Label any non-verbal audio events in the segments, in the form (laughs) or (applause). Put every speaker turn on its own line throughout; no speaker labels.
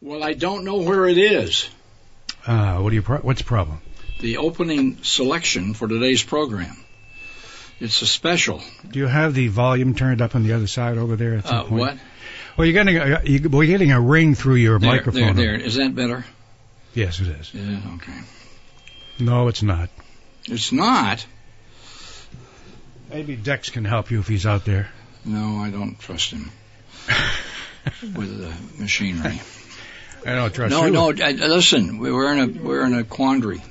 Well, I don't know where it is.
Uh, what do you? Pro- what's the problem?
The opening selection for today's program. It's a special.
Do you have the volume turned up on the other side over there? At some
Uh,
point?
what?
Well, you're getting a, uh, you, we're getting a ring through your
There,
microphone.
There, there. Is that better?
Yes, it is.
Yeah. Okay.
No, it's not.
It's not.
Maybe Dex can help you if he's out there.
No, I don't trust
(laughs)
him with the machinery.
I don't trust
no,
you.
no. I, listen, we- we're in a we're in a quandary.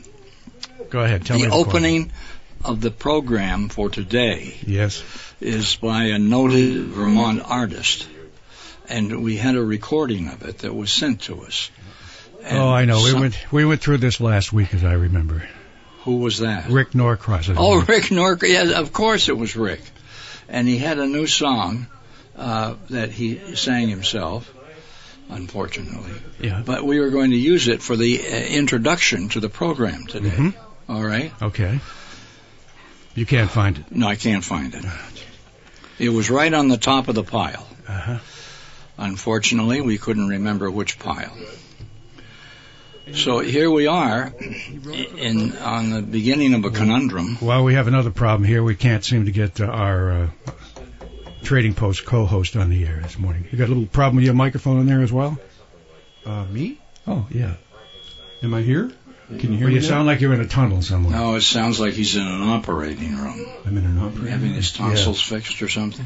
Go ahead. Tell me
the
the question.
opening of the program for today
Yes.
is by a noted Vermont artist, and we had a recording of it that was sent to us. And
oh, I know. We
some-
went we went through this last week, as I remember.
Who was that?
Rick Norcross.
Oh,
I
Mm-hmm.
believe.
Rick Nork. Yeah, of course it was Rick. And he had a new song uh, that he sang himself, unfortunately.
yeah.
But we were going to use it for the uh, introduction to the program today.
Mhm.
All right?
Okay. You can't find it.
No, I can't find it. It was right on the top of the pile.
Uh-huh.
Unfortunately, we couldn't remember which pile. So here we are in on the beginning of a conundrum.
Well, we have another problem here. We can't seem to get uh, our uh, trading post co-host on the air this morning. You got a little problem with your microphone in there as well?
Uh, me?
Oh, yeah.
Am I here? Can you
Well,
hear me?
you
now?
sound like you're in a tunnel somewhere.
No, it sounds like he's in an operating room,
I'm in an operating
having his tonsils fixed or something.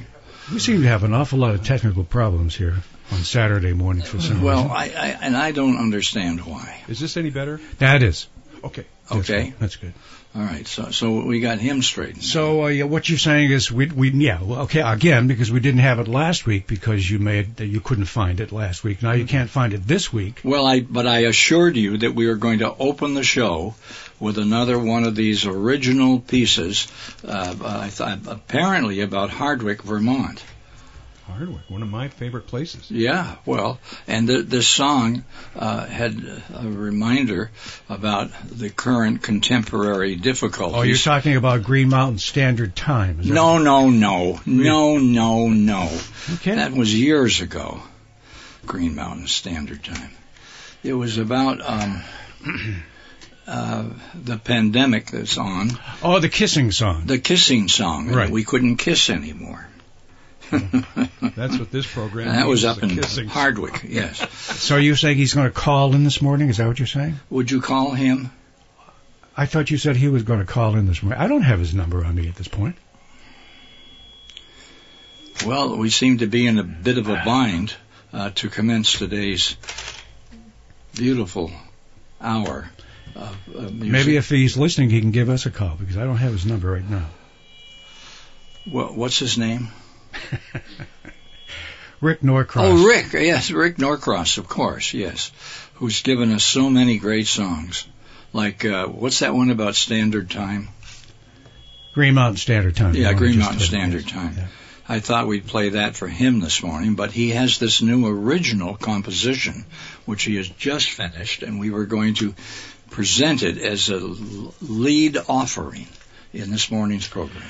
We seem to have an awful lot of technical problems here on Saturday mornings for some
Well,
reason.
I, I and I don't understand why.
room. Is this any better?
That is.
Okay.
That's
Okay,
good. That's good.
all right. So so we got him straightened.
So uh, yeah, what you're saying is we we yeah well, okay again because we didn't have it last week because you made that you couldn't find it last week. Now you can't find it this week.
Well, I but I assured you that we are going to open the show with another one of these original pieces, uh, I th- apparently about Hardwick, Vermont.
Hardwick, one of my favorite places.
Yeah, well, and th- this song uh, had a reminder about the current contemporary difficulties.
Oh, you're talking about Green Mountain Standard Time. Is that-
no, no, no, no, no, no.
Okay.
That was years ago, Green Mountain Standard Time. It was about um, (clears throat) uh, the pandemic that's on,
oh, the kissing song.
the kissing song.
Right.
We couldn't kiss anymore.
That's what this program.
And that was
is,
up
the
in
(laughs)
kissing.
Hardwick, yes.
So you're saying he's going to call in this morning? Is that what you're saying?
Would you call him?
I thought you said he was going to call in this morning. I don't have his number on me at this point.
Well, we seem to be in a bit of a bind uh, to commence today's beautiful hour of, of music.
Maybe if he's listening, he can give us a call because I don't have his number right now.
Wha- what's his name?
Rick Norcross.
Oh, Rick. Yes, Rick Norcross, of course. Yes, who's given us so many great songs. Like uh, what's that one about Standard Time?
Green Mountain Standard Time.
Yeah,
The one I
Green
just
Mountain
played.
Standard Time.
Yeah.
I thought we'd play that for him this morning, but he has this new original composition, which he has just finished, and we were going to present it as a l- lead offering in this morning's program.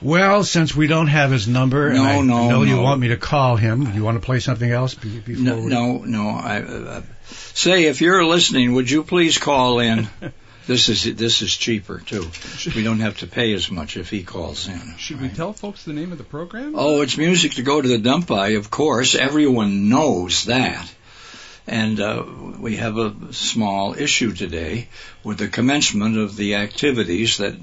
Well, since we don't have his number, and
No,
I
no,
know you
no.
want me to call him, you want to play something else be- before
No,
we...
no, no. I, uh, say, if you're listening, would you please call in? This is this is cheaper too. We don't have to pay as much if he calls in.
Should we tell folks the name of the program?
Oh, it's music to go to the dump by, of course. Everyone knows that. And uh, we have a small issue today with the commencement of the activities that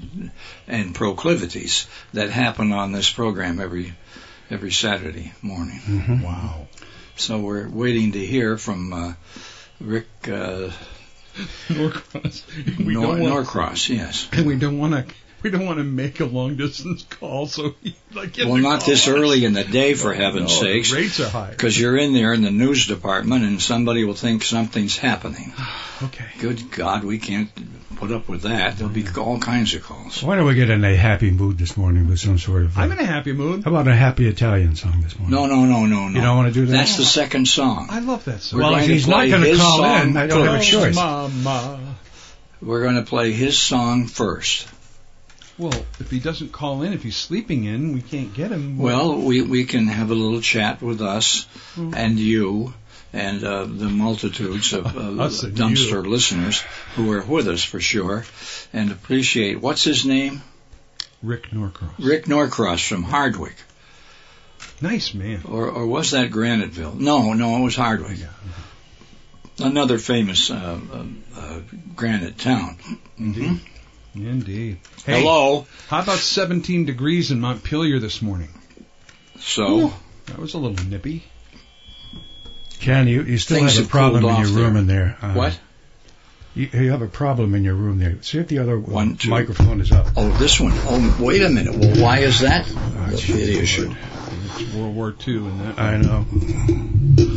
and proclivities that happen on this program every every Saturday morning.
Mhm.
Wow.
So we're waiting to hear from uh, Rick uh,
Norcross.
(laughs)
We
Nor-
don't want.
Norcross. Yes.
(laughs) we don't want to. We don't want to make a long distance call, so (laughs) he, like, get
Well,
the
not this
call.
early in the day, for
No,
heaven's sakes.
the Rates are high.
Because you're in there in the news department, and somebody will think something's happening.
(sighs)
Okay.
Good God, we can't put up with that. There'll be all kinds of calls.
Why don't we get in a happy mood this morning with some sort of... uh,
I'm in a happy mood.
How about a happy Italian song this morning?
No, no, no, no, no.
You don't want to do that?
That's the second song.
I love that song.
We're
Well,
going
if
to
he's not
play
going to
his
call
song
in, I don't have a
first.
choice.
Mama.
We're going to play his song first.
Well, if he doesn't call in, if he's sleeping in, we can't get him. Hmm.
Well, we, we can have a little chat with us and you and uh, the multitudes of uh,
(laughs) Us and
dumpster
you.
listeners who are with us for sure and appreciate. What's his name?
Rick Norcross.
Rick Norcross from Hardwick.
Nice man.
Or, or was that Graniteville? No, no, it was Hardwick.
Yeah.
Another famous uh, uh, uh, granite town. hmm
Indeed. Hey,
Hello.
How about 17 degrees in Montpelier this morning?
So.
That was a little nippy.
Ken, you, you still
Things
have a
have cooled
problem in your
off
room
there.
in there. Uh,
What?
You, you have a problem in your room there. See if the other
One, two.
microphone is up.
Oh, this one. Oh, wait a minute. Well, why is that
Oh,
the
geez,
issue?
It's World War II, and that
I know.
this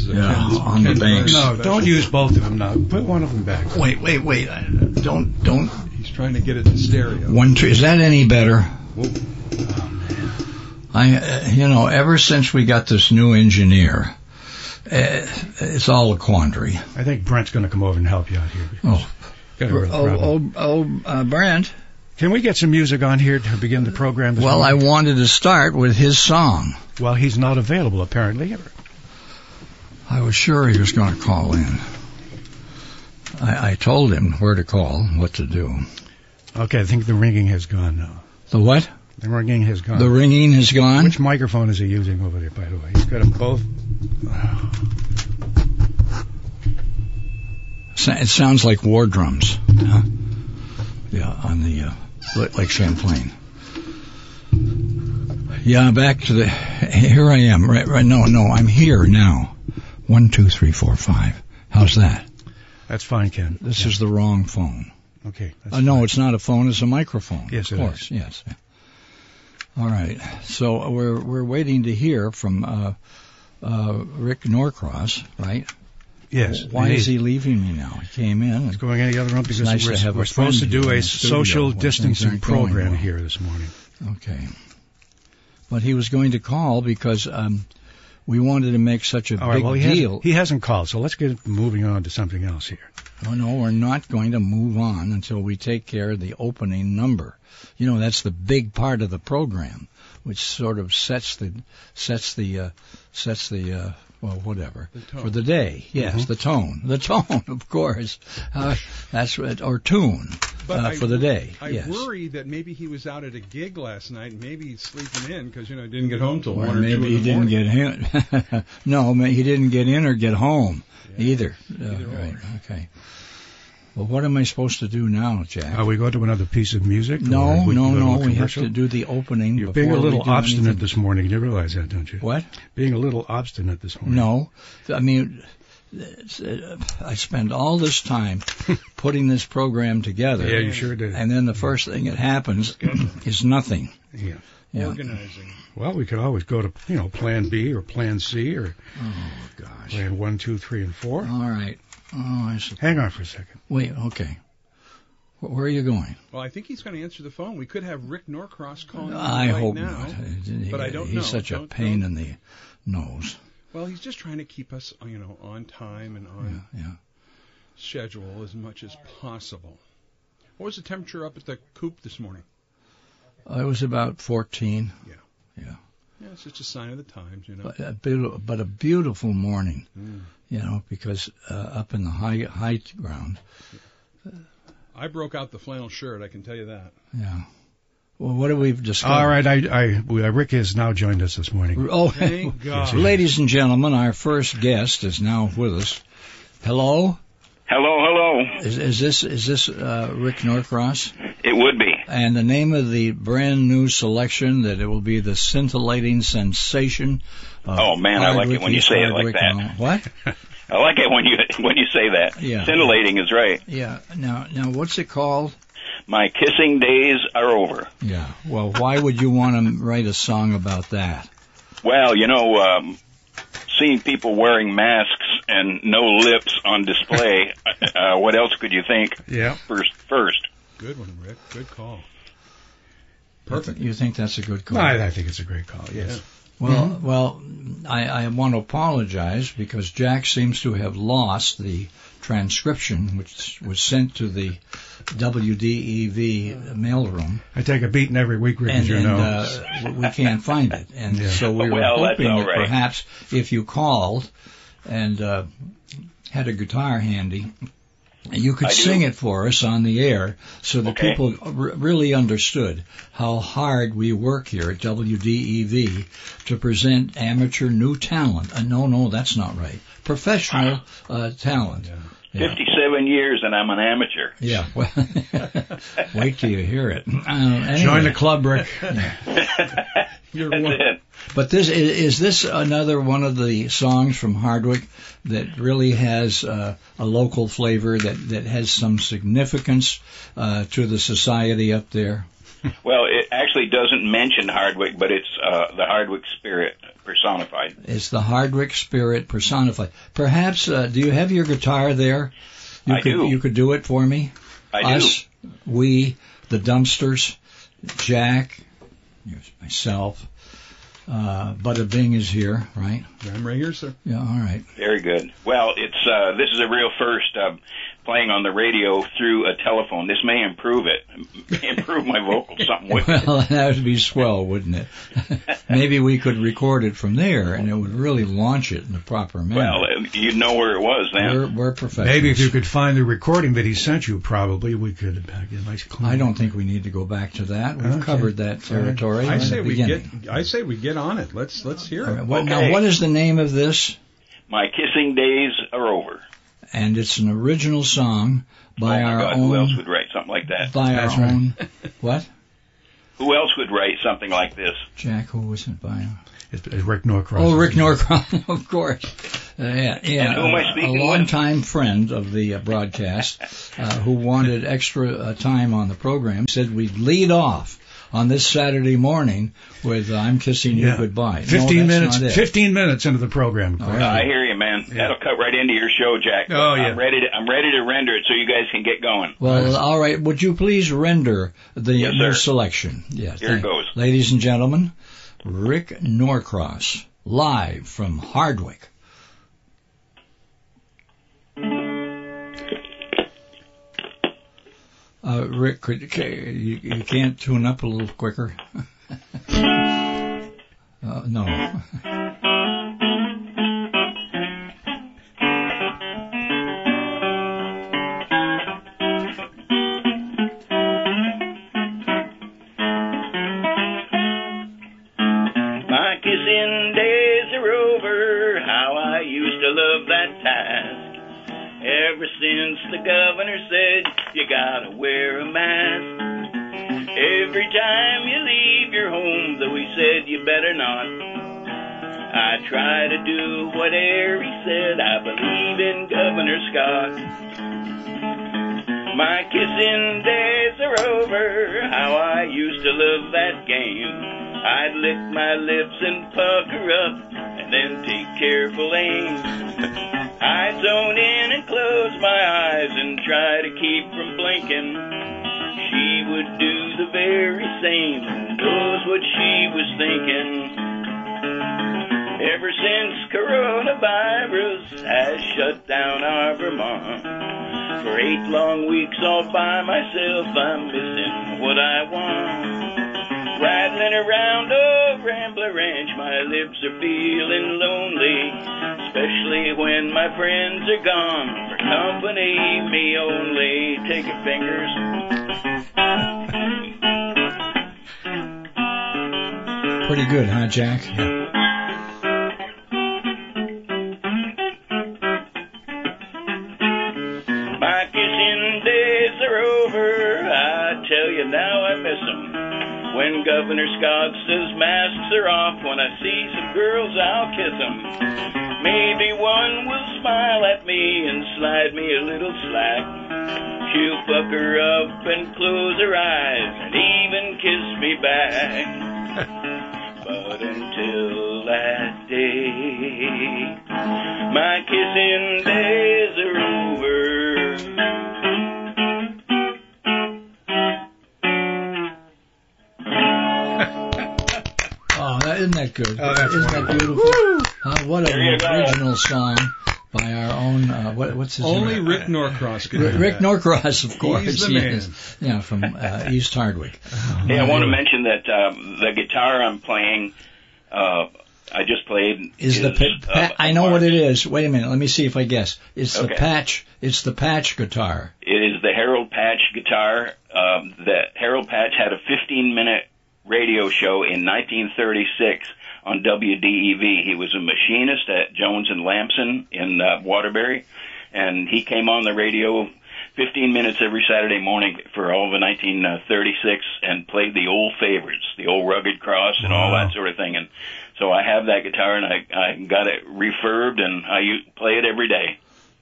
is a
Yeah, on the banks.
No, don't use both of them now. Put one of them back.
Wait, wait, wait. I- Don't, don't.
He's trying to get it in stereo.
One, two. Is that any better?
Whoa.
I, uh, you know, ever since we got this new engineer, uh, it's all a quandary.
I think Brent's going to come over and help you out here.
Oh,
Got a
oh,
real problem.
oh, oh uh, Brent.
Can we get some music on here to begin the program? this
Well, I
morning?
wanted to start with his song.
well, he's not available apparently.
I was sure he was going to call in. I, I told him where to call, what to do.
Okay, I think the ringing has gone now.
The what?
The ringing has gone.
The ringing has gone.
Which microphone is he using over there, by the way? He's got them both.
Sa- It sounds like war drums. Huh? Yeah, on the uh, li- like Champlain. Yeah, back to the. Here I am. Right, right. No, no, I'm here now. One, two, three, four, five. How's that?
That's fine, Ken.
This is the wrong phone.
Okay. that's
Uh, no,
fine.
it's not a phone. It's a microphone.
Yes,
of
it
course. Yes. All right. So we're we're waiting to hear from uh, uh, Rick Norcross, right?
Yes.
Why is he
indeed.
leaving me now? He came in. and-
going any other room? Because
nice to
we're,
have a
we're supposed to
friend here
do
in
a
the studio
social
when things
distancing
aren't going
program
well.
here this morning.
Okay. But he was going to call because um, we wanted to make such a
All right.
big
Well, he,
deal.
Hasn't, he hasn't called, so let's get moving on to something else here.
oh, no, we're not going to move on until we take care of the opening number. You know, that's the big part of the program, which sort of sets the sets the uh, sets the uh, well, whatever for the day. Yes,
Mm-hmm.
Mhm.
the tone, the tone, of course. Uh, that's what, or tune uh, for the day.
I
yes.
worry that maybe he was out at a gig last night, and maybe he's sleeping in because you know he didn't get home till
Or
one or two in
maybe he
the
didn't
morning.
get in. (laughs) no, ma- he didn't get in or get home either. Uh,
Either or.
right, okay. Well, what am I supposed to do now, Jack?
Are we going to another piece of music?
no,
Or we
no,
can go to a
no. We have
commercial?
to do the opening.
You're being a
before we
little
do
obstinate
anything.
this morning. You realize that, don't you?
What?
Being a little obstinate this morning.
No, I mean, it's, uh, I spend all this
(laughs)
time putting this program together,
Yeah, you sure did.
and then the first thing that happens is nothing.
Yeah.
Yeah.
Organizing.
Well, we could always go to you know Plan B or Plan C or
Oh gosh.
Plan One, Two, Three, and Four.
All right. Oh, I see.
Hang on for a second.
Wait. Okay. Wh- Where are you going?
Well, I think he's going to answer the phone. We could have Rick Norcross calling. in
I
right
hope
now.
not. He-
but I don't
he's
know.
such a
Don't-
pain in
don't-
the nose.
Well, he's just trying to keep us, you know, on time and on
Yeah.
schedule as much as possible. What was the temperature up at the coop this morning?
I was about 14,
Yeah, it's just a sign of the times, you know.
but uh, a, beautiful, but a beautiful morning,
Mm.
you know, because uh, up in the high high ground.
I broke out the flannel shirt. I can tell you that.
Yeah. Well, what do we discovered?
All right, I, I, we, uh, Rick has now joined us this morning.
Oh, (laughs)
Thank God.
ladies and gentlemen, our first guest is now with us. Hello,
Hello, hello.
is, is this is this uh, Rick Norcross?
It would be.
And the name of the brand new selection that it will be the scintillating sensation. Of
Oh, man, I like it
Hardwick
when you
East
say it like
Hardwick
that.
and all- What?
I like it when you (laughs) when you say that.
Yeah.
Scintillating is right.
Yeah. Now, now, what's it called?
My kissing days are over.
Yeah. Well, why would you want to write a song about that?
Well, you know, um, seeing people wearing masks and no lips on
(laughs)
display, uh, what else could you think
Yeah.
first? First,
Good one, Rick. Good call. Perfect.
You think that's a good call?
I, I think it's a Mm-hmm. great call. Yes.
Well, well, I, I want to apologize because Jack seems to have lost the transcription which was sent to the WDEV mailroom,
I take a beating every week, Rick,
and,
as you
and
know.
uh, we- we can't find it. And
Yeah.
so we were
Well, that's
hoping
all
that
right.
perhaps if you called and uh, had a guitar handy. And you could
I do.
sing it for us on the air so that
Okay.
people r- really understood how hard we work here at WDEV to present amateur new talent. Uh, no, no, that's not right. Professional uh, talent. Yeah.
57 years and I'm an
(laughs)
amateur.
Yeah. (laughs) Well, wait till you hear it. Uh, anyway.
Join the club, Rick.
You're
That's
one.
it.
But this is, is this another one of the songs from Hardwick that really has uh, a local flavor that that has some significance uh, to the society up there.
Well, it actually doesn't mention Hardwick, but it's uh, the Hardwick spirit personified.
It's the Hardwick spirit personified. Perhaps uh, do you have your guitar there? You
I
could
do.
you could do it for me.
I do.
Us, we, the dumpsters, Jack, here's myself. Uh, Bada Bing is here, right?
I'm right here, sir.
Yeah, all right.
Very good. Well, it's uh, this is a real first uh, playing on the radio through a telephone. This may improve it, (laughs) improve my vocals (laughs)
(laughs)
somewhat.
Well, that would be swell, wouldn't it? (laughs) Maybe we could record it from there, and it would really launch it in the proper
Well,
manner.
you'd know where it was then.
we're, we're professionals.
Maybe if you could find the recording that he sent you, probably we could uh, get a nice clean.
I don't think we need to go back to that. We've
Okay.
covered that territory.
I
in
say
the
we
beginning.
get. I say we get on it. Let's let's hear
All right,
it.
what- Now,
Okay.
what is the name of this?
My kissing days are over.
And it's an original song by
oh my
our
God, who else
own.
would write something like that?
By our
That's right.
own. What?
Who else would write something like this?
Jack, who was it by?
It's, it's Rick Norcross.
Oh, Rick Norcross, (laughs) of course. Uh, yeah, yeah.
And who am I
a-
speaking
a longtime friend of the uh, broadcast uh, who wanted extra uh, time on the program said we'd lead off on this Saturday morning with uh, I'm Kissing You
Yeah.
Goodbye. No,
Fifteen
that's not
minutes.
it.
Fifteen minutes into the program.
All
Chris.
I
right.
hear you, man. That'll cut right into your show, Jack.
Oh, yeah.
I'm ready. To, I'm ready to render it so you guys can get going.
Well, all right. Would you please render the
Yes,
new
sir.
selection? Yes.
Here
thank-
goes.
Ladies and gentlemen, Rick Norcross, live from Hardwick. Uh, Rick, could, ca- you, you can't tune up a little quicker? (laughs) uh, no.
My kissing days are over. How I used to love that task. Ever since the governor said you gotta wear a mask. Every time you leave your home, though he said you better not. I try to do whatever he said. I believe in Governor Scott. My kissing days are over. How I used to love that game. I'd lick my lips and pucker up and then take careful aim. (laughs) I'd zone in and close my eyes and try to keep from blinking. She would do the very same, knows what she was thinking. Ever since coronavirus has shut down our Vermont. For eight long weeks all by myself, I'm missing what I want. Rattling around a Rambler Ranch, my lips are feeling lonely. Especially when my friends are gone, for company me only. Take your fingers.
Pretty good, huh, Jack?
My kissing days are over. I tell you now, I miss 'em. When Governor Scott says masks are off, when I see some girls, I'll kiss 'em. Maybe one will smile at me and slide me a little slack. She'll fuck her up and close her eyes and even kiss me back. But until that day, my kissing days are over.
Oh, that, isn't that good?
Oh, that's
isn't that
wonderful.
beautiful? Uh, what
There you
an
go.
original song by our own. Uh, what, what's his
Only
name?
Rick Norcross could
Rick,
do
Rick
that.
Norcross, of course.
the
yes. Yeah, from
(laughs)
uh, East Hardwick.
Hey, I want to mention that um, the guitar I'm playing uh,
I just played
Is the pa-
uh,
pa- I know
March.
what it is. Wait a minute. Let me see if I guess. It's the
Okay.
patch. It's the patch guitar.
It is the Harold Patch guitar. Um, that Harold Patch had a 15-minute radio show in 1936 on WDEV. He was a machinist at Jones and Lamson in uh, Waterbury, and he came on the radio 15 minutes every Saturday morning for all of 1936 and played the old favorites, the old Rugged Cross and all
Wow.
that sort of thing. And so I have that guitar, and I, I got it refurbed, and I u- play it every day.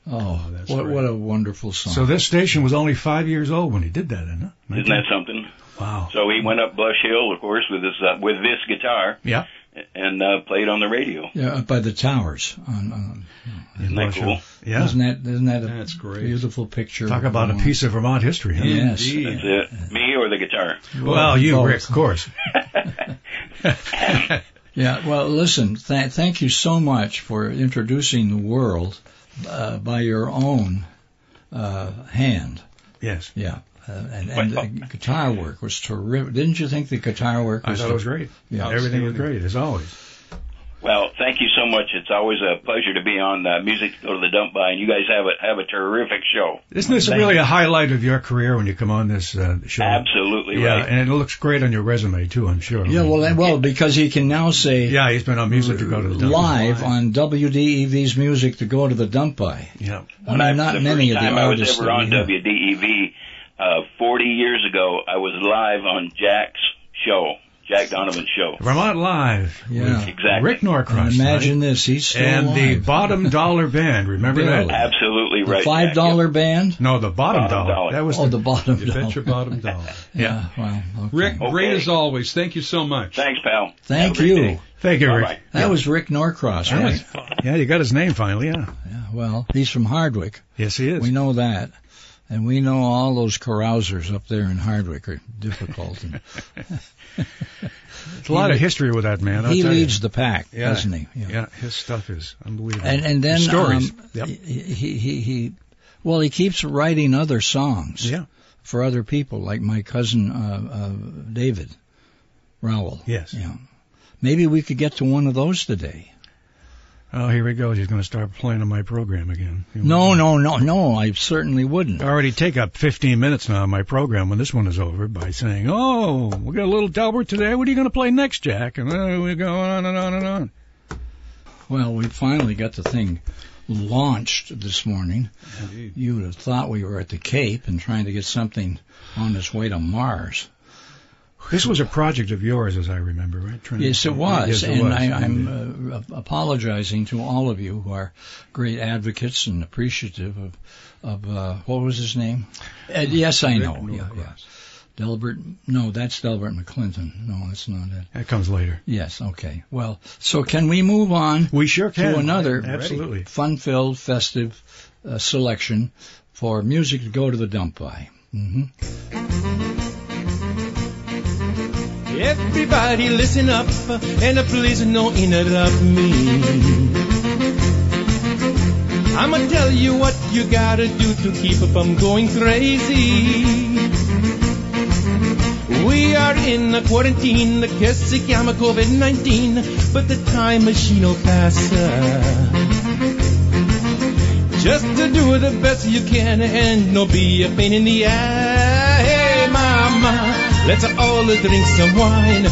Oh,
that's
what,
great.
what a wonderful song.
So this station was only five years old when he did that, isn't it?
Isn't that something?
Wow.
So he went up Blush Hill, of course, with this uh, with this guitar
Yeah.
and uh, played on the radio.
yeah, up by the towers. On, on,
Isn't that cool?
Yeah.
Isn't that isn't that a
That's great.
beautiful picture? Uh,
Talk about a piece of Vermont history. Huh?
Yes.
Indeed.
That's it. Me or the guitar?
Well, you,
Both.
Rick, of course.
Yeah, well, listen, th- thank you so much for introducing the world uh, by your own uh, hand.
yes.
Yeah. Uh, and, and the guitar work was terrific. Didn't you think the guitar work
I
was
thought it was great.
Yeah.
Everything was
Outstanding.
great, as always.
Well, thank you so much. It's always a pleasure to be on uh, Music to Go to the Dump by, and you guys have a have a terrific show.
Isn't this
Thank
really a highlight of your career when you come on this uh, show?
Absolutely
Yeah,
right.
and it looks great on your resume, too, I'm sure.
Yeah, well, that- well, because he can now say
Yeah, he's been on music to go to the Dungeon.
live on WDEV's music to go to the dump by.
Yeah.
I mean,
the
not
first
many of the
time I was
artists.
ever
that
on
we have.
WDEV uh, 40 years ago, I was live on Jack's show, Jack Donovan's show.
Vermont Live.
Yeah.
with
Exactly.
Rick Norcross.
And
right?
imagine this, he's still
And the
alive. (laughs)
Bottom Dollar Band. Remember
Really?
that?
Absolutely
The
right.
five
Jack.
dollar band.
No, the Bottom,
Bottom Dollar.
That was
Oh,
the,
the bottom
You bet your
dollar.
bottom dollar.
(laughs) Yeah. Well, okay.
Rick, great
Okay.
as always. Thank you so much.
Thanks, pal.
Thank
Have a great
you.
day.
Thank you, Rick.
Bye-bye.
That was Rick Norcross,
Yeah.
right?
Yeah, you got his name finally, yeah.
Yeah, well, he's from Hardwick.
Yes, he is.
We know that. And we know all those carousers up there in Hardwick are difficult. And
It's a lot of history with that man. I'll
he
tell
leads the pack,
Yeah.
doesn't he?
You. Yeah, his stuff is unbelievable.
And and then
stories.
Um,
Yep.
he, he he well he keeps writing other songs
Yeah.
for other people like my cousin uh, uh, David Rowell.
Yes.
Yeah. Maybe we could get to one of those today.
Oh, here he goes. He's going to start playing on my program again. He
No,
won't-
no, no, no. I certainly wouldn't.
I already take up 15 minutes now on uh, my program when this one is over by saying, "Oh, we got a little Delbert today. What are you going to play next, Jack?" And uh, we go on and on and on.
Well, we finally got the thing launched this morning.
Indeed.
You would have thought we were at the Cape and trying to get something on its way to Mars.
This was a project of yours, as I remember, right? Trying to-
Yes, it was,
Yes, it
and
was.
I, I'm uh, apologizing to all of you who are great advocates and appreciative of of uh, what was his name? Ed, uh, yes, I
Rick
know. Yeah, yeah.
Norcross.
Delbert. No, that's Delbert McClinton. No, that's not it.
That comes later.
Yes. Okay. Well, so can we move on
We sure can.
to another
Absolutely.
fun-filled, festive uh, selection for music to go to the dump by? hmm
Everybody listen up, and please don't interrupt me. I'ma tell you what you gotta do to keep from going crazy. We are in a quarantine, the kiss is COVID-19, but the time machine will pass. uh. Just to do the best you can and no be a pain in the ass. Hey mama, let's all drink some wine.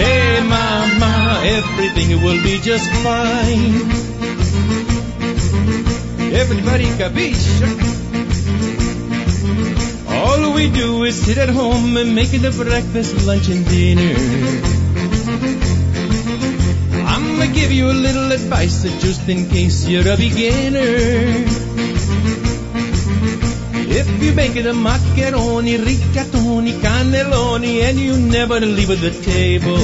Hey mama, everything will be just fine. Everybody capiche? All we do is sit at home and make the breakfast, lunch, and dinner. I'ma give you a little advice uh, just in case you're a beginner. If you make it a macaroni, rigatoni, cannelloni, and you never leave the table,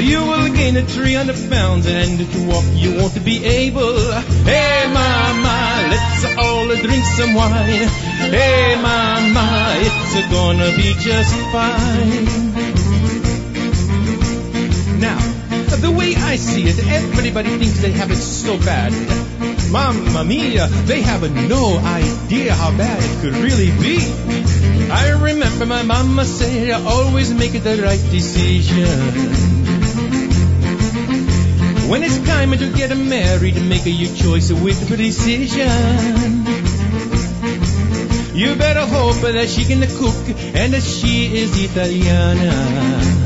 you will gain a 300 pounds and to walk you won't be able. Hey mama, let's all drink some wine. Hey mama, it's gonna be just fine. Now, the way I see it, everybody thinks they have it so bad. Mamma mia, they have no idea how bad it could really be. I remember my mama said, always make the right decision. When it's time to get married, make your choice with precision. You better hope that she can cook and that she is Italiana.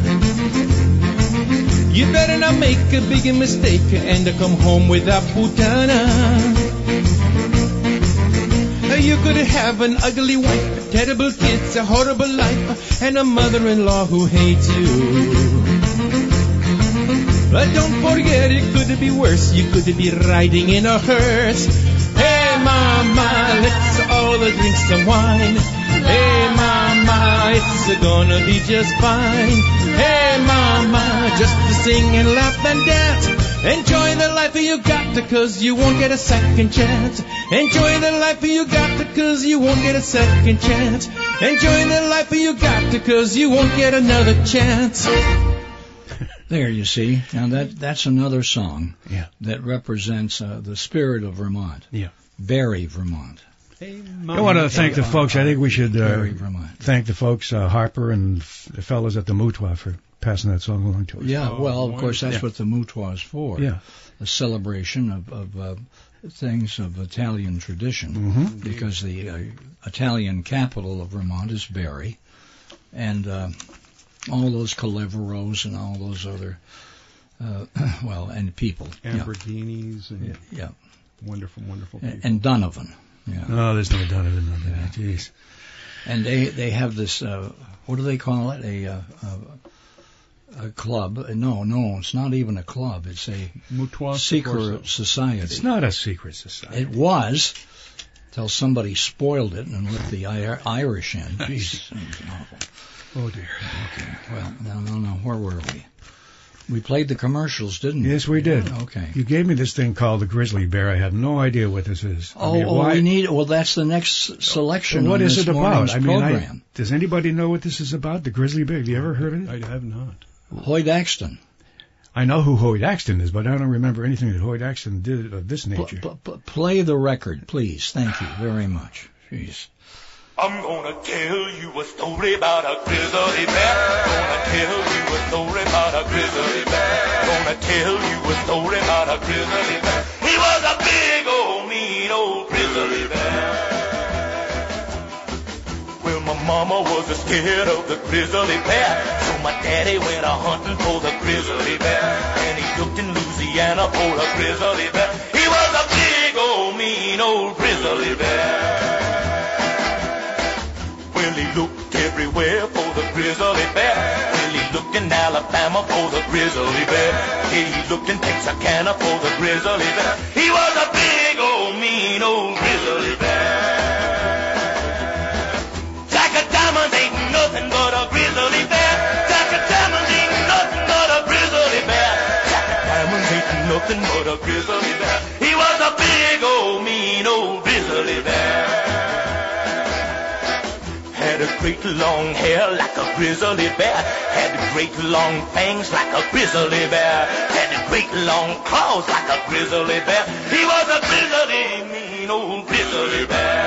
You better not make a big mistake and come home with a putana. You could have an ugly wife, terrible kids, a horrible life, and a mother-in-law who hates you. But don't forget it could be worse. You could be riding in a hearse. Hey mama, let's all drink some wine. Hey mama, it's gonna be just fine. Hey mama, just to sing and laugh and dance. Enjoy the life you got cause you won't get a second chance. Enjoy the life you got cause you won't get a second chance. Enjoy the life you got cause you won't get another chance.
There you see. Now that that's another song
Mm-hmm. Yeah.
that represents uh, the spirit of Vermont.
Yeah.
Barry, Vermont.
Hey,
I want to thank the folks. I think we should uh,
Barry, Vermont.
thank the folks uh, Harper and f- the fellows at the Mutua for passing that song along to us.
Yeah,
Oh,
well, of course, that's
yeah.
what the mutua is for.
Yeah.
A celebration of, of uh, things of Italian tradition.
Mhm.
Because the uh, Italian capital of Vermont is Barry. And uh, all those Caliveros and all those other, uh, (coughs) well, and people. Yeah.
Lamborghinis and
Yeah. yeah.
wonderful, wonderful
And,
people.
and Donovan. Yeah.
No, there's no doubt about
Yeah.
that. Jeez.
And they they have this uh, what do they call it a uh, a, a club? No, no, it's not even a club. It's a
Mutua
secret
Forza.
society.
It's not a secret society.
it was till somebody spoiled it and let the Ir- Irish in.
(laughs)
Jeez, awful.
Oh dear.
Well, no, no, no. Where were we? We played the commercials, didn't we?
Yes, we did.
Okay.
You gave me this thing called the Grizzly Bear. I have no idea what this is. I
Oh,
mean,
oh,
why-
we need. Well, that's the next selection.
What
on
is
this
it about?
morning's
I mean, I-
program.
does anybody know what this is about? The Grizzly Bear. Have you ever heard of it?
I have not.
Hoyt Axton
I know who Hoyt Axton is, but I don't remember anything that Hoyt Axton did of this
pl-
nature.
pl- pl- play the record, please. Thank you very much. Jeez.
I'm gonna tell you a story about a grizzly bear. Gonna tell you a story about a grizzly bear. Gonna tell you a story about a grizzly bear. He was a big old mean old grizzly bear. Well, my mama was a scared of the grizzly bear, so my daddy went a hunting for the grizzly bear, and he looked in Louisiana for a grizzly bear. He was a big old mean old grizzly bear. Well, he looked everywhere for the grizzly bear. Well, he looked in Alabama for the grizzly bear. He looked in Texarkana for the grizzly bear. He was a big old mean old grizzly bear. Jack of diamonds ain't nothing but a grizzly bear. Jack of diamonds ain't nothing but a grizzly bear. Jack of diamonds ain't nothing but a grizzly bear. He was a big old mean old grizzly bear. Had a great long hair like a grizzly bear. Had great long fangs like a grizzly bear. Had great long claws like a grizzly bear. He was a grizzly, mean old grizzly bear.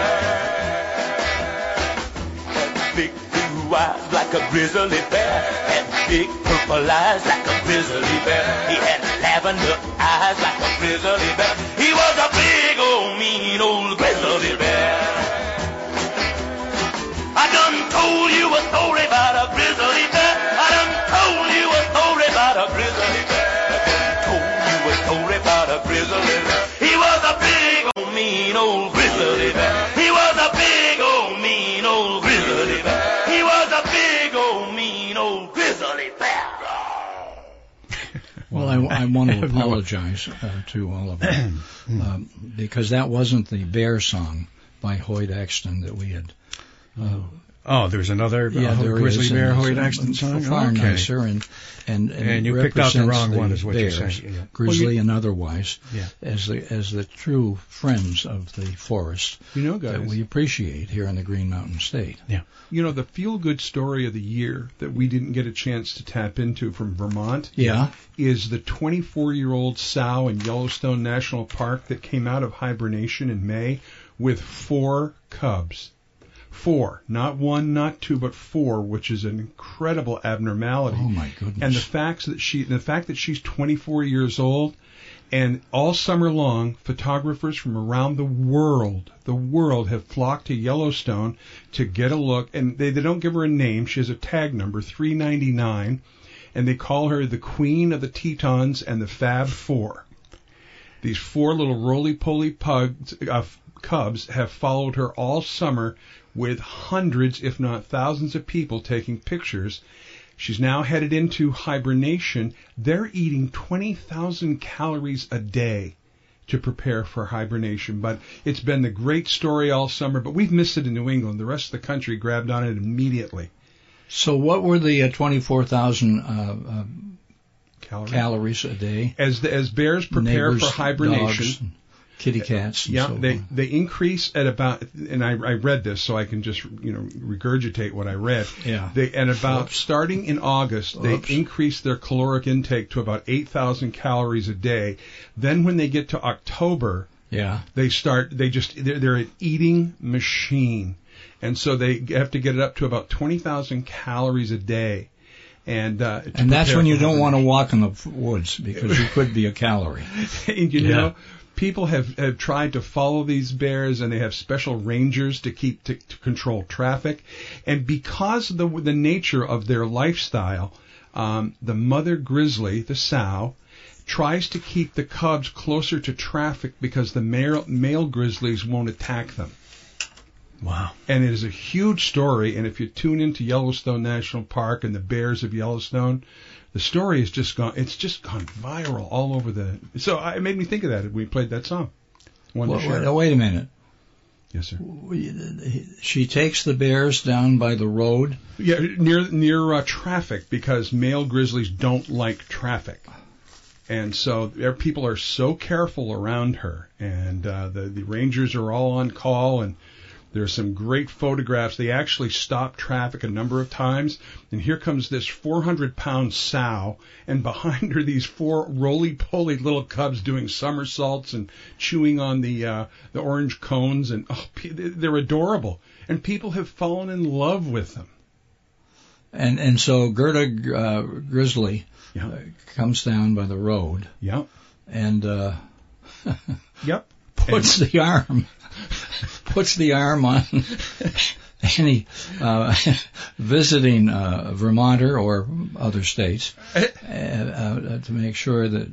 Had big blue eyes like a grizzly bear. Had big purple eyes like a grizzly bear. He had lavender eyes like a grizzly bear. He was a big old mean old grizzly bear. I done told you a story about a grizzly bear. I done told you a story about a grizzly bear. I done told you a story about a grizzly bear. He was a big old mean old grizzly bear. He was a big old mean old grizzly bear. He was a big old mean old grizzly bear.
Well, I, I want
(laughs) I
to
have no- Hmm.
apologize uh, to all
(clears throat)
of you um, because that wasn't the bear song by Hoyt Axton that we had. uh,
oh, there's another uh,
there
Grizzly
is, and
Bear
it's,
Hoyt
uh,
Axton song.
Far
okay.
nicer, and and and,
And you picked out the
represents
wrong one, is what you're
bears,
saying, yeah.
grizzly
Well,
and otherwise,
Yeah.
as the as the true friends of the forest
You know, guys,
that we appreciate here in the Green Mountain State.
you know, the feel good story of the year that we didn't get a chance to tap into from Vermont
Yeah,
is the 24 year old sow in Yellowstone National Park that came out of hibernation in May with four cubs. Four, not one, not two, but four, which is an incredible abnormality.
Oh my goodness.
and the facts that she, the fact that she's 24 years old, and all summer long, photographers from around the world, the world have flocked to Yellowstone to get a look. And they, they don't give her a name. She has a tag number 399, and they call her the Queen of the Tetons and the Fab Four. These four little roly-poly pugs, uh, f- cubs have followed her all summer with hundreds, if not thousands, of people taking pictures. She's now headed into hibernation. They're eating 20,000 calories a day to prepare for hibernation. But it's been the great story all summer, but we've missed it in New England. The rest of the country grabbed on it immediately.
So what were the uh, 24,000 uh, uh,
Calories.
calories a day?
as, the, as bears prepare
Neighbors,
for hibernation,
dogs, kitty cats. And
Yeah,
so
they
on.
they increase at about, and I, I read this, so I can just you know regurgitate what I read.
Yeah.
They at about
Oops.
starting in August,
Oops.
they increase their caloric intake to about eight thousand calories a day. Then when they get to October,
yeah.
they start they just they're, they're an eating machine and so they have to get it up to about 20,000 calories a day and uh, to
And that's
prepare
when you
for
don't want to
hibernation.
walk in the f- woods because you could be a calorie.
(laughs) And, you
Yeah.
know people have, have tried to follow these bears and they have special rangers to keep to, to control traffic and because of the the nature of their lifestyle um, the mother grizzly the sow tries to keep the cubs closer to traffic because the male, male grizzlies won't attack them
Wow.
and it is a huge story. And if you tune into Yellowstone National Park and the bears of Yellowstone, the story has just gone. It's just gone viral all over the. So I, it made me think of that. We played that song. One
Well,
to share.
wait, wait a minute.
Yes, sir.
She takes the bears down by the road.
Yeah, near near uh, traffic because male grizzlies don't like traffic, and so there- people are so careful around her, and uh, the the rangers are all on call, and there's some great photographs. They actually stop traffic a number of times, and here comes this 400 pound sow, and behind her these four roly poly little cubs doing somersaults and chewing on the uh, the orange cones, and oh, pe- they're adorable, and people have fallen in love with them.
And and so Gerda uh, Grizzly
Yeah.
uh, comes down by the road
Yep.
and uh,
(laughs) Yep.
puts the arm (laughs) puts the arm on (laughs) any uh, (laughs) visiting uh, Vermonter or other states
Eh.
uh, uh, to make sure that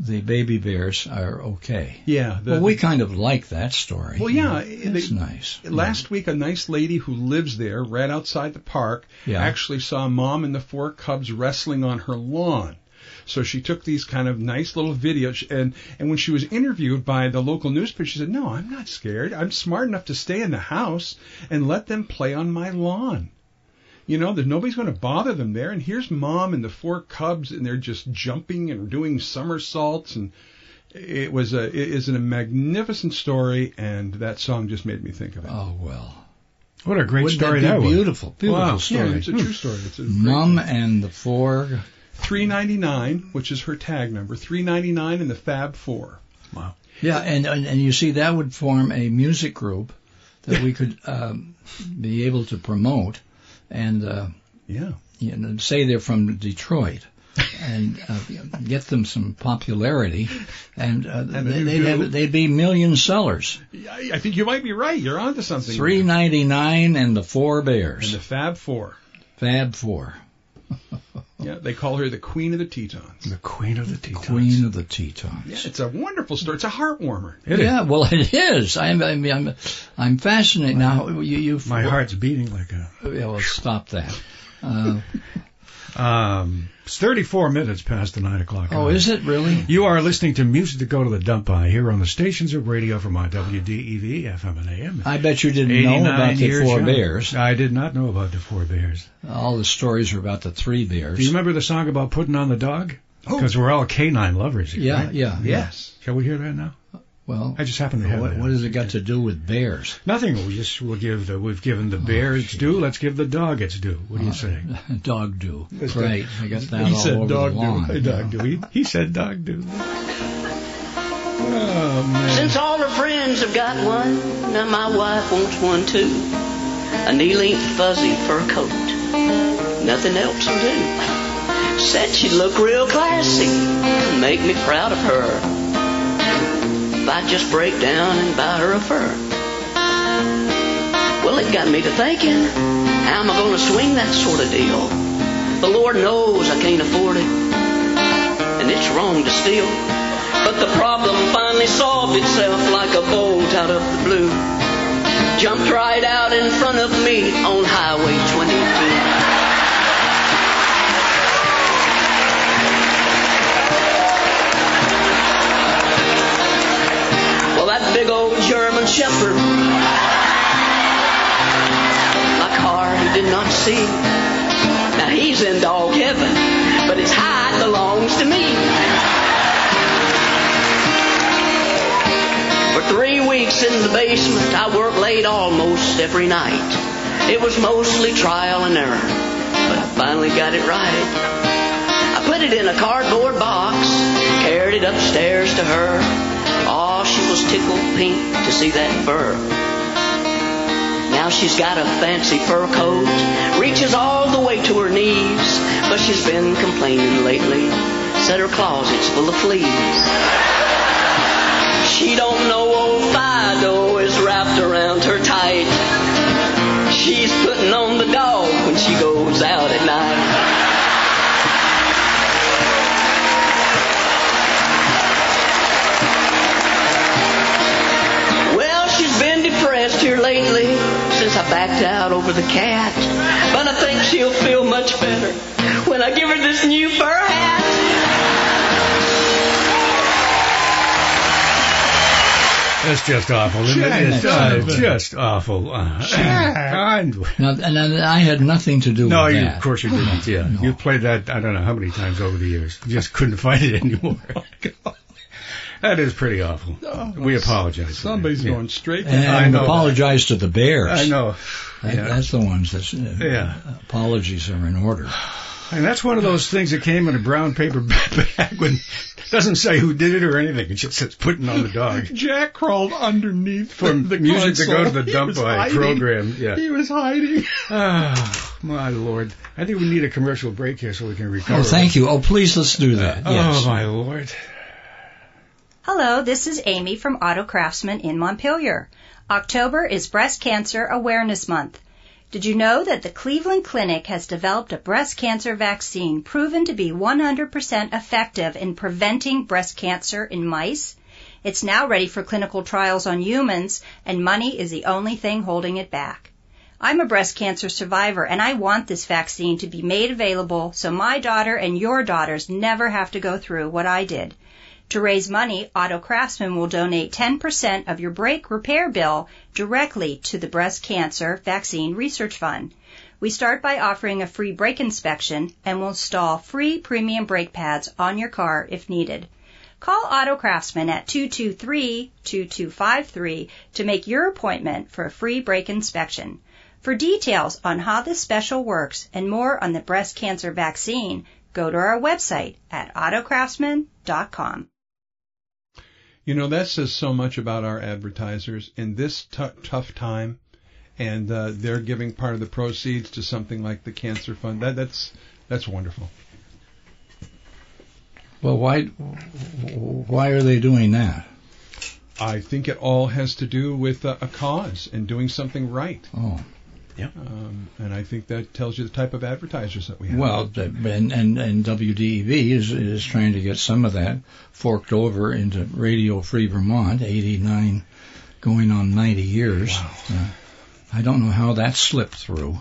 the baby bears are okay.
Yeah. The,
well, we kind of like that story.
Well, yeah,
it's
they-
nice.
last week a nice lady who lives there right outside the park
Yeah.
actually saw mom and the four cubs wrestling on her lawn. So she took these kind of nice little videos, and and when she was interviewed by the local newspaper, she said, "No, I'm not scared. I'm smart enough to stay in the house and let them play on my lawn. You know, there's nobody's going to bother them there. And here's mom and the four cubs, and they're just jumping and doing somersaults, and it was a it is a magnificent story, and that song just made me think of it.
Oh well,
What a great
Wouldn't
story
that
that,
be
was.
beautiful, beautiful
Wow.
story. Hmm.
Yeah, it's a true story. It's a
Mum and the four.
399, which is her tag number, 399 and the Fab Four.
Yeah, and, and and you see that would form a music group that we
(laughs)
could um, be able to promote and uh,
Yeah.
you know, say they're from Detroit. and uh, get them some popularity, and, uh, they,
you
they'd,
do.
have, they'd be million sellers.
I I think you might be right. You're onto something.
Three ninety nine and the Four Bears,
And the Fab Four.
Fab Four,
Yeah, they call her the Queen of the Tetons.
The Queen of the Tetons.
Queen of the Tetons.
Yeah, it's a wonderful story. It's a heartwarmer.
It is.
yeah, well, it is. I'm, I'm, I'm, I'm fascinated now. You, you,
My heart's beating like a.
(laughs) Yeah, well, stop that. Uh,
(laughs) Um, it's 34 minutes past the 9 o'clock.
oh,
hour.
is it really?
You are listening to Music to Go to the Dump By here on the stations of radio from my WDEV, FM, and AM.
I bet you didn't know
89
about the
years
four
young.
bears.
I did not know about the Four Bears.
All the stories are about the three
Do you
bears.
remember the song about putting on the dog?
Oh.
Because we're all canine lovers here,
Yeah,
right?
yeah, yeah.
Yes.
Shall we hear that now?
Well,
I just happen to have
what,
that.
what has it got to do with
(laughs)
bears?
Nothing. We just will give. The, we've given the bear its due. Let's give the dog its due. What do you (laughs) say?
Dog
(laughs)
do. Right. I got that
he
all
said
over
dog
the lawn.
do. Dog do. He, he said dog do. Oh man.
Since all her friends have got one, now my wife wants one too. a knee-length fuzzy fur coat. Nothing else will do. Said she'd look real classy and make me proud of her. If I'd just break down and buy her a fur. Well, it got me to thinking, how am I going to swing that sort of deal? The Lord knows I can't afford it, and it's wrong to steal. But the problem finally solved itself like a bolt out of the blue. Jumped right out in front of me on Highway 22. Well, that big old German shepherd. My car, he did not see. Now he's in dog heaven, but his hide belongs to me. For three weeks in the basement, I worked late almost every night. It was mostly trial and error, but I finally got it right. I put it in a cardboard box, carried it upstairs to her. Oh, she was tickled pink to see that fur. Now she's got a fancy fur coat, reaches all the way to her knees, but she's been complaining lately, said her closet's full of fleas. She don't know old Fido is wrapped around her tight. She's putting on the dog when she goes out at night. Well, she's been depressed here lately since I backed out over the cat. But I think she'll feel much better when I give her this new fur hat.
That's just awful. Isn't it? It's,
Just
uh,
awful.
just awful. Uh, (laughs) and-
Now, and I I had nothing to do
no,
with
you,
that.
of course
(laughs)
you didn't. Yeah,
No.
you played that. I don't know how many times over the years. Just couldn't (laughs) find it
(laughs)
anymore.
Oh,
that is pretty awful. we apologize. for that.
Somebody's
Yeah.
going straight.
And,
to-
(laughs) I know.
apologize to the bears.
I know.
That-
Yeah.
That's the ones that uh,
Yeah.
apologies are in
(sighs)
order. Oh,
And that's one of those things that came in a brown paper (laughs) bag when it doesn't say who did it or anything. It just says putting on the
(laughs)
dog.
Jack crawled underneath
From
the
music to go
console.
to the
He
dump
was
by
hiding.
program, yeah.
He was hiding.
Ah, my lord. I think we need a commercial break here so we can recover.
Oh, thank you. Oh, please, let's do that. yes.
Oh, my lord.
Hello, this is Amy from Auto Craftsman in Montpelier. October is Breast Cancer Awareness Month. Did you know that the Cleveland Clinic has developed a breast cancer vaccine proven to be 100% effective in preventing breast cancer in mice? It's now ready for clinical trials on humans, and money is the only thing holding it back. I'm a breast cancer survivor, and I want this vaccine to be made available so my daughter and your daughters never have to go through what I did. To raise money, Auto Craftsman will donate 10% of your brake repair bill directly to the Breast Cancer Vaccine Research Fund. We start by offering a free brake inspection and will install free premium brake pads on your car if needed. Call Auto Craftsman at 223-2253 to make your appointment for a free brake inspection. For details on how this special works and more on the breast cancer vaccine, go to our website at autocraftsman.com.
You know, that says so much about our advertisers in this t- tough time, and uh, they're giving part of the proceeds to something like the Cancer Fund. That, that's that's wonderful.
Well, why why are they doing that?
I think it all has to do with uh, a cause and doing something right,
Oh,
um, and I think that tells you the type of advertisers that we have.
well, that- and and and WDEV is is trying to get some of that forked over into Radio Free Vermont, eighty nine, going on ninety years. Uh, I don't know how that slipped through.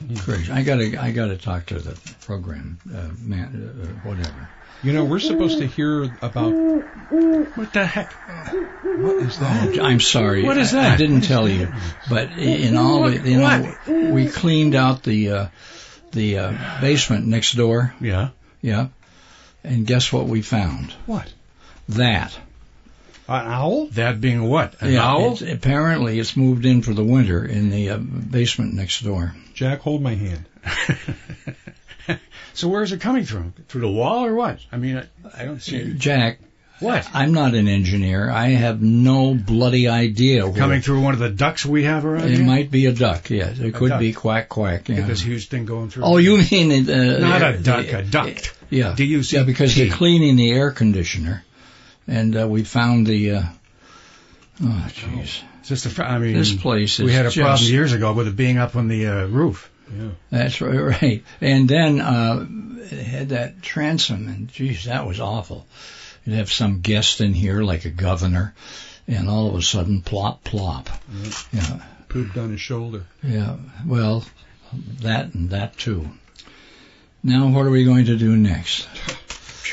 Hmm.
Great. I gotta I gotta talk to the program uh, man, uh, uh, whatever.
you know, we're supposed to hear about
What the heck?
what is
Oh,
that?
I'm sorry.
What is
I- I
that?
didn't tell you. But i- in all, the, you know, we cleaned out the uh, the uh, basement next door.
Yeah.
Yeah. And guess what we found?
What?
That.
An owl?
That being what? An
yeah,
owl?
it's- apparently, it's moved in for the winter in the uh, basement next door.
Jack, hold
(laughs)
my hand.
so where is it coming from? Through the wall or what? I mean, I, I don't see it.
Jack,
What?
I'm not an engineer. I have no bloody idea. where-
Coming through one of the ducks we have around
It
here?
might be a duck. Yes, it could
duck.
be quack quack.
Get
yeah.
this huge thing going through.
Oh, you mean it, uh,
Not a
the-
duck, a duct.
Yeah.
Do you see?
Yeah, because they're cleaning the air conditioner, and uh, we found the. Uh, oh, jeez.
It's just a, fr- I mean,
This place is
we had a
just-
problem years ago with it being up on the uh, roof.
That's right,
(laughs)
right. And then uh, it had that transom, and geez, that was awful. You'd have some guest in here, like a governor, and all of a sudden, plop, plop. Yeah,
Pooped on uh, his shoulder.
yeah. Well, that and that too. Now, what are we going to do next?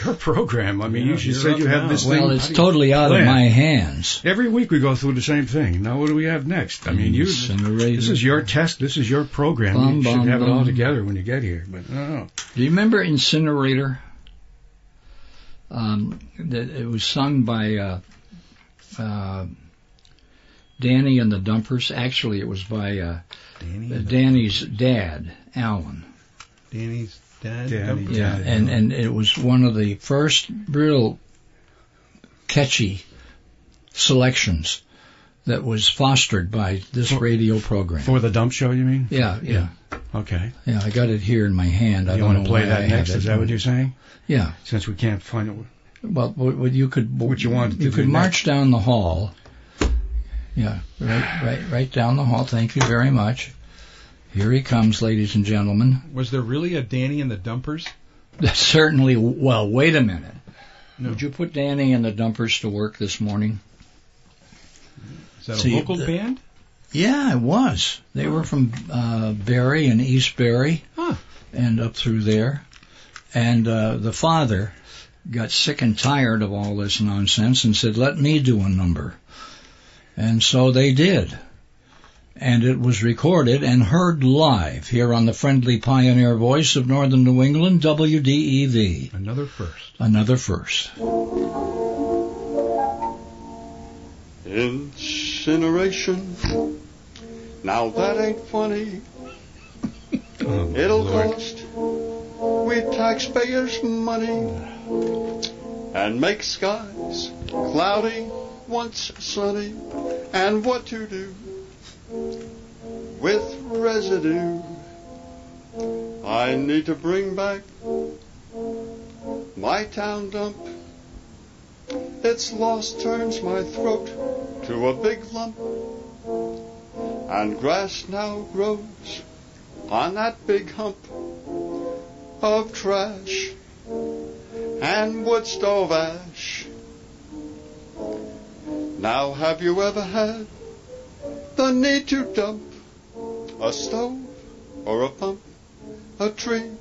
Your program. I mean,
Yeah,
you should
you're
said
up
you have
now.
this
Well,
thing.
it's totally out of
plan?
my hands.
Every week we go through the same thing. Now what do we have next? I mean,
Mm,
you. This is your test. This is your program.
Bum,
you should
bum,
have it all
bum.
together when you get here. But oh. no, no.
Do you remember Incinerator? Um, that it was sung by uh, uh, Danny and the Dumpers. Actually, it was by uh,
Danny.
Danny's dad, Alan.
Danny's dad.
Danny.
Dump-
Yeah,
Yeah.
and and it was one of the first real catchy selections that was fostered by this radio program.
For the dump show, you mean?
yeah, yeah,
Okay.
yeah. I got it here in my hand. I
you
don't
want
know
to play
why I
that
have
next?
it.
Is that what you're saying?
Yeah.
Since we can't find it.
Well, what, what you could
What you wanted to
you
do
could
next.
march down the hall. Yeah, right, right, right down the hall. Thank you very much. Here he comes, ladies and gentlemen. (laughs)
Was there really a Danny and the Dumpers?
That's certainly. Well, wait a minute.
No.
Would you put Danny and the Dumpers to work this morning?
Is that a
See,
local
the-
band?
Yeah, it was. They were from uh, Barry and East Barry,
Huh.
and up through there. And uh, the father got sick and tired of all this nonsense and said, "Let me do a number." And so they did. And it was recorded and heard live here on the friendly pioneer voice of northern New England, WDEV.
Another first.
Another first.
Incineration. Now that ain't funny.
Oh,
It'll
Lord.
cost we taxpayers money and make skies cloudy once sunny. And what to do with residue? I need to bring back my town dump. Its loss turns my throat to a big lump, and grass now grows on that big hump of trash and wood stove ash. Now, have you ever had the need to dump a stove or a pump, a tree,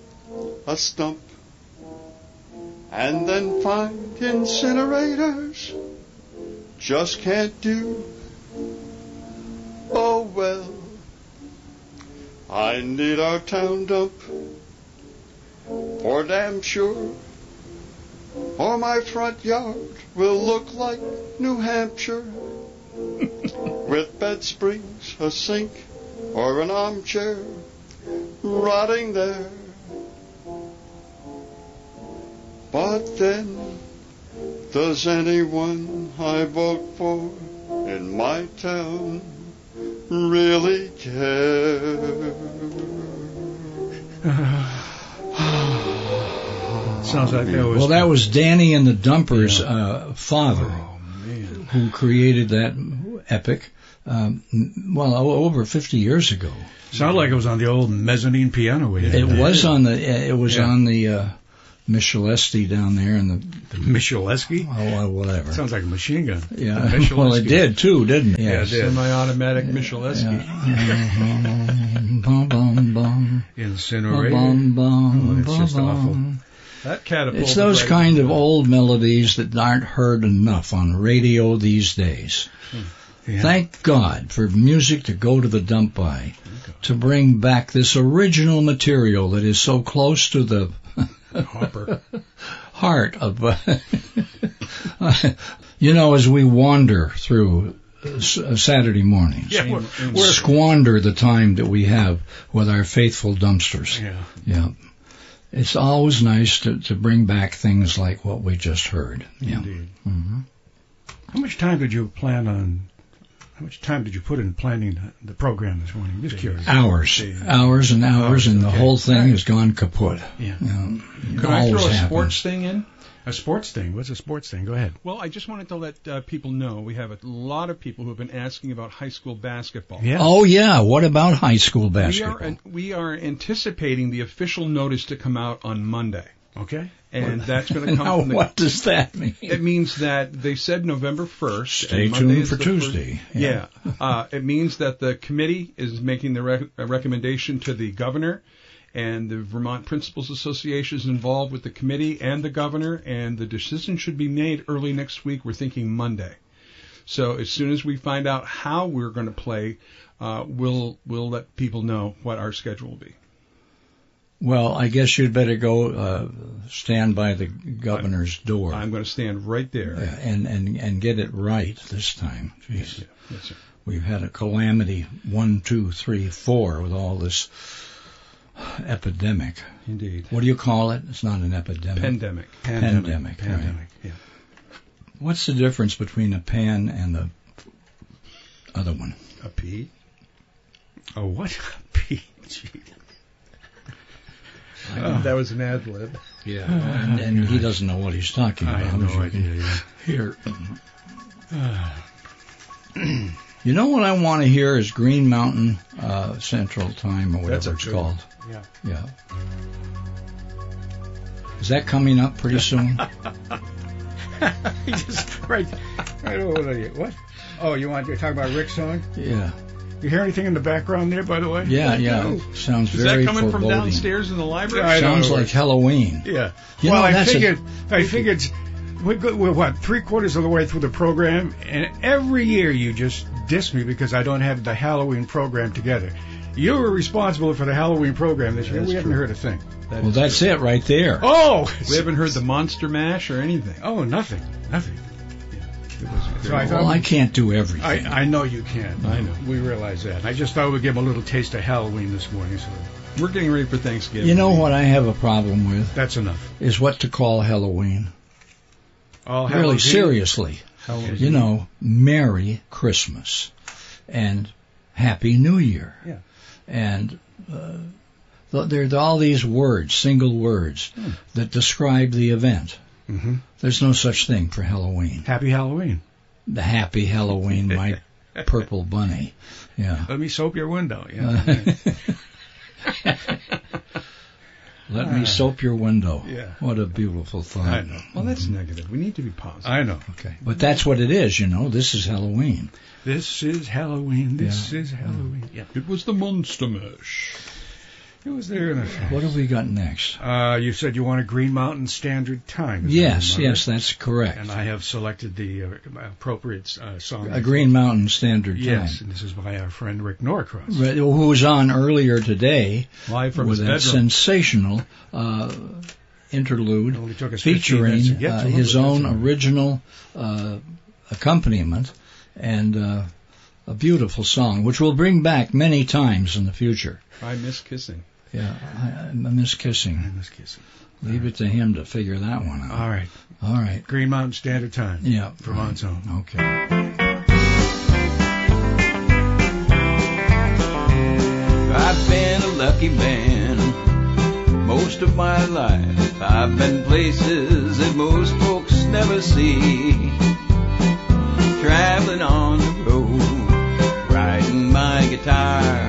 a stump, and then find incinerators just can't do? Oh well. I need our town dump for damn sure, or my front yard will look like New Hampshire with bed springs, a sink, or an armchair rotting there. But then, does anyone I vote for in my town really care?
(sighs)
Sounds like that was.
Well, that was Danny and the Dumpers' uh, father,
Oh.
who created that epic. Um, m- well, o- over 50 years ago,
sounded like it was on the old mezzanine piano we had.
it was on the uh, it was
Oh, Yeah.
on the uh, Michelesti down there in the
Micheleski.
oh uh, whatever.
Sounds like a machine gun.
yeah, (laughs)
Micheleski.
well, it did too, didn't it?
Yeah, it
Yes.
did.
Semi-automatic Micheleski.
(laughs)
Yeah. bum, bum, bum, bum,
Incinerator.
bum, bum,
Oh, it's just
bum,
awful.
bum.
That
(laughs)
catapult.
It's those kind of old melodies that aren't heard enough on radio these days.
Yeah.
Thank God for music to go to the dump by, to bring back this original material that is so close to the (laughs)
Hopper.
heart of. uh, (laughs) you know, as we wander through uh, s- uh, Saturday mornings,
Yeah, we're,
we
we're-
squander the time that we have with our faithful dumpsters.
yeah.
Yeah. it's always nice to, to bring back things like what we just heard. Yeah.
Indeed.
hmm
How much time did you plan on? How much time did you put in planning the program this morning? Just curious.
Hours, hours and hours, and the whole thing has gone kaput.
Yeah.
Um, it
Could I
always
throw a
happens.
sports thing in?
A sports thing. What's a sports thing? Go ahead.
Well, I just wanted to let uh, people know we have a lot of people who have been asking about high school basketball.
Yeah.
Oh yeah, what about high school
We are,
basketball?
we are anticipating the official notice to come out on Monday,
Okay.
and that's
(laughs)
going to come
now,
from the.
what does that mean? (laughs)
It means that they said November 1st.
Stay
and Monday
tuned
is
for
the first-
Tuesday.
Yeah. Uh, it means that the committee is making the rec- a recommendation to the governor and the Vermont Principals Association is involved with the committee and the governor and the decision should be made early next week. We're thinking Monday. So as soon as we find out how we're going to play, uh, we'll, we'll let people know what our schedule will be.
Well, I guess you'd better go uh, stand by the governor's door
I'm going to stand right there.
Yeah, and and and get it right this time. Jeez.
Yes, sir.
We've had a calamity one, two, three, four with all this epidemic.
Indeed.
What do you call it? It's not an epidemic.
Pandemic.
Pandemic,
Pandemic.
right.
Yeah.
What's the difference between a pan and the other one?
A P.
Oh,
(laughs)
what? Gee.
that was an ad lib.
Yeah. (laughs) And, and he doesn't know what he's talking about.
I have no idea. Yeah.
Here. you know what I want to hear is Green Mountain uh, Central Time or whatever
That's a
it's
good
called.
Yeah.
Yeah. Is that coming up pretty
(laughs)
soon?
Just right, (laughs) right over you. What? Oh, you want to talk about Rick's song?
yeah.
You hear anything in the background there, by the way?
Yeah, yeah.
No.
Sounds
Is
very
that coming
foreboding.
from downstairs in the library?
I don't
Sounds
know.
like Halloween.
Yeah.
You
well,
know,
I
that's a-
figured, I figured, we're, good, we're what three quarters of the way through the program, and every year you just diss me because I don't have the Halloween program together. You were responsible for the Halloween program this year.
That's
We haven't
true.
heard a thing.
That
Well,
is
that's
true.
it right there.
Oh,
We haven't heard the Monster Mash or anything.
oh, nothing, nothing.
It wasn't
Oh. So I
very-
thought
Well, I can't do everything.
I, I know you can. I know. We realize that. I just thought we'd give 'em a little taste of Halloween this morning, so
We're getting ready for Thanksgiving.
you know what I have a problem with
that's enough.
is what to call Halloween.
All
really,
Halloween-
seriously.
Halloween.
you know, Merry Christmas and Happy New Year.
Yeah.
And uh, th- there are all these words, single words,
Hmm.
that describe the event.
Mhm.
There's no such thing for Halloween.
Happy Halloween.
The Happy Halloween,
(laughs)
my purple bunny. Yeah.
Let me soap your window. Yeah.
(laughs) Let Uh, me soap your window.
Yeah.
What a beautiful thought.
I know.
Well, that's negative. We need to be positive.
I know.
Okay. But that's what it is, you know. This is Halloween.
(laughs) This is Halloween. This is Halloween. Yeah.
It was the Monster Mash.
It was there in a.
What have we got next?
Uh, you said you want a Green Mountain Standard Time. is that
Yes,
right?
yes, that's correct.
And I have selected the uh, appropriate uh, song.
a Green Mountain Standard
Yes,
Time.
and this is by our friend Rick Norcross.
Right, Who was on earlier today
Live from
with
his
a
bedroom.
sensational uh,
It only
interlude
took us 15 minutes to
featuring
get
uh,
to it.
his own
That's all right.
original uh, accompaniment and uh, a beautiful song, which we'll bring back many times in the future.
I miss kissing.
Yeah, I, I miss
I
kissing.
must kiss it.
Leave it to him to figure that one out.
All right,
All right.
Green Mountain Standard Time.
Yeah.
Vermont's own.
Okay.
I've been a lucky man most of my life. I've been places that most folks never see. Traveling on the road, riding my guitar,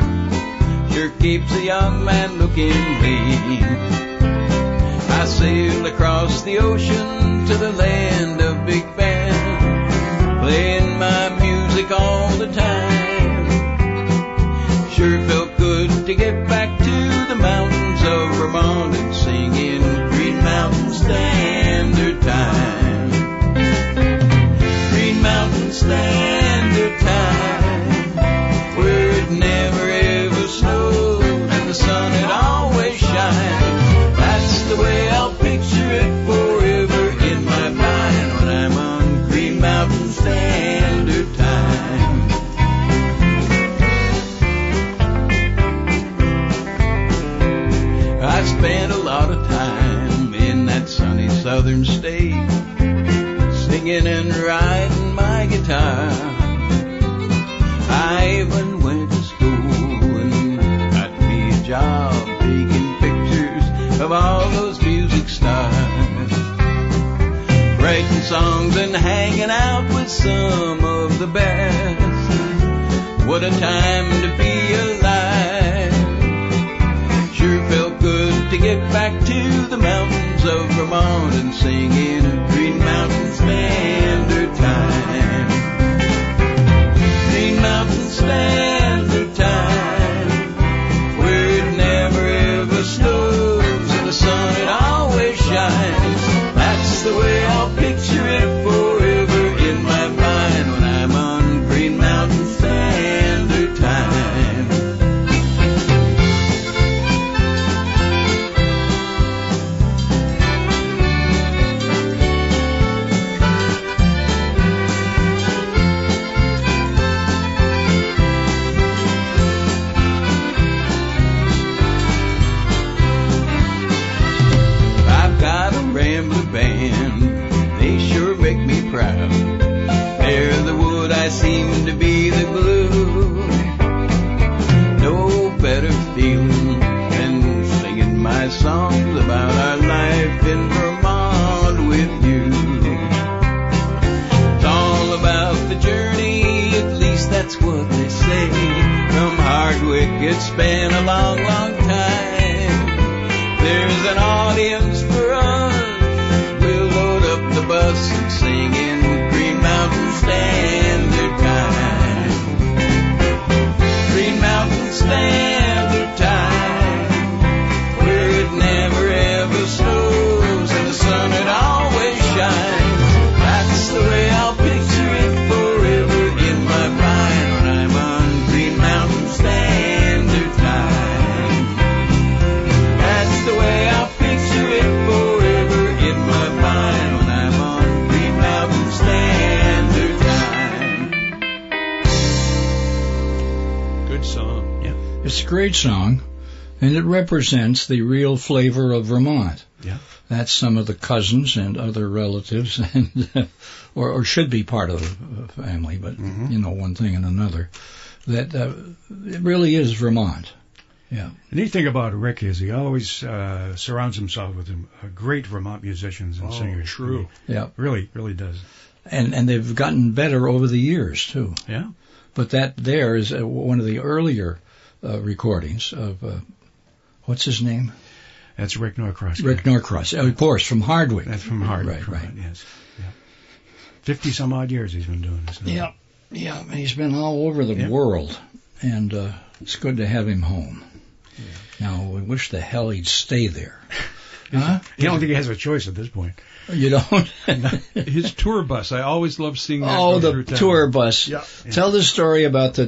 sure keeps a young man looking lean. I sailed across the ocean to the land of Big Ben, playing my music all the time. Sure felt good to get back to the mountains of Vermont and sing in Green Mountain Standard Time. Green Mountain Standard Time, where it never ever snowed and the sun had always shined. That's the way I'll picture it forever in my mind when I'm on Green Mountain Standard Time. I spent a lot of time songs and hanging out with some of the best. What a time to be alive. Sure felt good to get back to the mountains of Vermont and sing in a Green Mountain Standard Time. Green Mountain Standard Time. Where it never ever snows and the sun it always shines. That's the way I'll picture it forever in my mind when I'm on Green Mountain Standard Time. I've got a rambler band. They sure make me proud. They're the wood I seem to be the glue. No better feeling than singing my songs about our life in Vermont with you. It's all about the journey, at least that's what they say. From Hardwick, it's been a long, long time. There's an audience for us. We'll load up the bus and sing in Green Mountain Standard Time. Green Mountain Standard Time. Where it never ever snows and the sun it always shines. That's the way I'll picture it forever in my mind when I'm on Green Mountain Standard Time. That's the way I picture it forever in my mind when I'm on Green Mountain Standard Time.
Good song.
It's a great song, and it represents the real flavor of Vermont.
Yeah.
That's some of the cousins and other relatives, (laughs) and uh, or, or should be part of the family, but
Mm-hmm.
you know one thing and another. That uh, it really is Vermont.
The neat thing about Rick is he always uh, surrounds himself with um, uh, great Vermont musicians and
Oh,
singers.
true.
Yeah,
Really, really does.
and and they've gotten better over the years too.
Yeah.
But that there is uh, one of the earlier uh, recordings of uh, what's his name,
That's Rick Norcross.
Rick Norcross, of course, from Hardwick.
That's from Hardwick.
Right,
Vermont,
right.
Yes. Yeah. Fifty some odd years he's been doing this.
Yeah, yeah, and he's been all over the
Yep.
world, and uh, it's good to have him home. Now we wish the hell he'd stay
(laughs)
there. Huh?
I don't think he has a choice at this point.
Oh, You don't?
(laughs) His tour bus. I always love seeing that.
oh,
go
the
through town.
tour bus.
Yeah.
Tell the story about the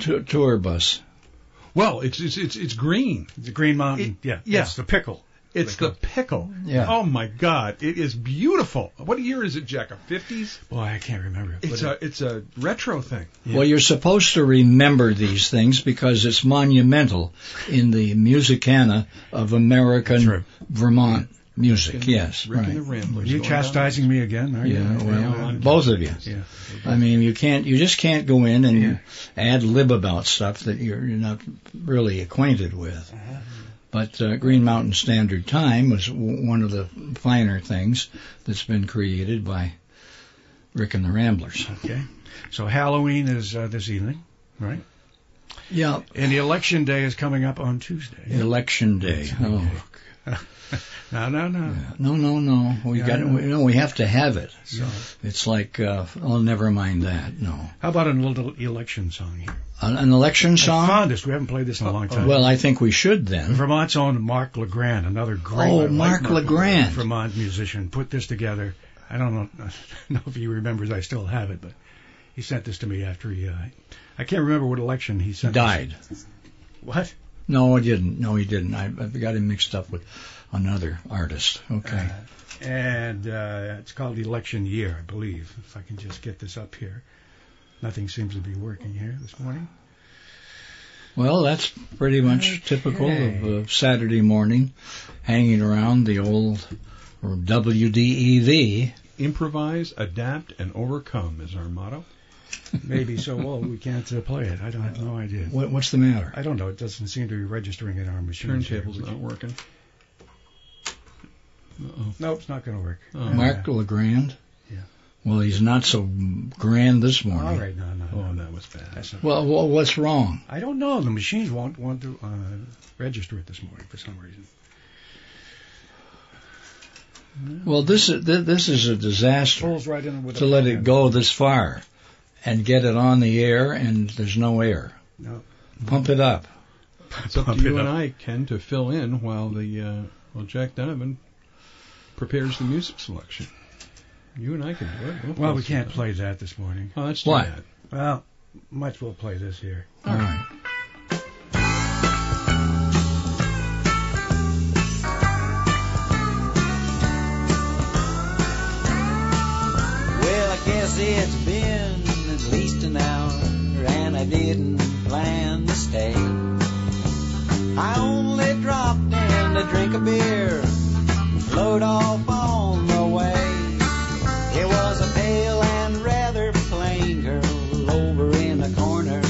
t- tour bus.
Well, it's it's it's, it's green.
The Green Mountain. yeah.
yeah.
It's the pickle.
It's the pickle.
Yeah.
Oh my God, it is beautiful. What year is it, Jack? A fifties?
Boy, I can't remember. it,
It's
but
a it's a retro thing.
Well, you're supposed to remember these things because it's monumental in the musicana of American
right.
Vermont music. Yes,
Rick and the
right.
it-
Ramblers.
you
going down-
chastising me again? Are
Yeah,
You?
well, both of you.
Yeah.
I mean, you can't, you just can't go in and ad lib about stuff that you're, you're not really acquainted with. But uh, Green Mountain Standard Time was w- one of the finer things that's been created by Rick and the Ramblers.
Okay. So Halloween is uh, this evening, right?
Yeah,
And the election day is coming up on Tuesday.
Election Day. Oh,
No, no, no.
no, no, no. We
Yeah, I
got,
know.
we, no, we have to have it.
So,
It's like, uh, oh, never mind that. No,
how about a little election song here?
an, an election
The
song.
fondest. We haven't played this in a long time.
Well, I think we should then.
Vermont's own Mark LeGrand, another great
Oh,
I like
Mark LeGrand.
Vermont musician, put this together. I don't know, (laughs) know if he remembers. I still have it, but he sent this to me after he. Uh, I can't remember what election he sent. this-
Died.
What?
No, I didn't. No, he didn't. I, I got him mixed up with another artist. Okay.
Uh-huh. And uh, it's called Election Year, I believe. If I can just get this up here. Nothing seems to be working here this morning.
Well, that's pretty much typical of uh, Saturday morning, hanging around the old E WDEV.
Improvise, adapt, and overcome is our motto.
Maybe
(laughs)
so old we can't uh, play it. I don't have no idea.
What, what's the matter?
I don't know. It doesn't seem to be registering in our machine.
Turntable's not working.
Nope, it's not going to work.
Oh.
Mark LeGrand. Well, he's not so grand this morning.
All right, no, no.
Oh, that was bad.
That's not,
Well, well, what's wrong?
I don't know. The machines won't want to uh, register it this morning for some reason.
Well, this is th- this is a disaster
Pulls right in with
to
a
let
plan.
it go this far and get it on the air, and there's no air.
No.
Pump it up.
It's up to
Pump it
you and
up.
I, Ken, to fill in while the uh, while Jack Donovan prepares the music selection. You and I can do it.
Well, we can't play that this morning.
Oh, that's
Why?
too bad.
Well, might as well play this here.
All right.
Well, I guess it's been at least an hour, and I didn't plan to stay. I only dropped in to drink a beer and float off on the way. It was a pale and rather plain girl over in the corner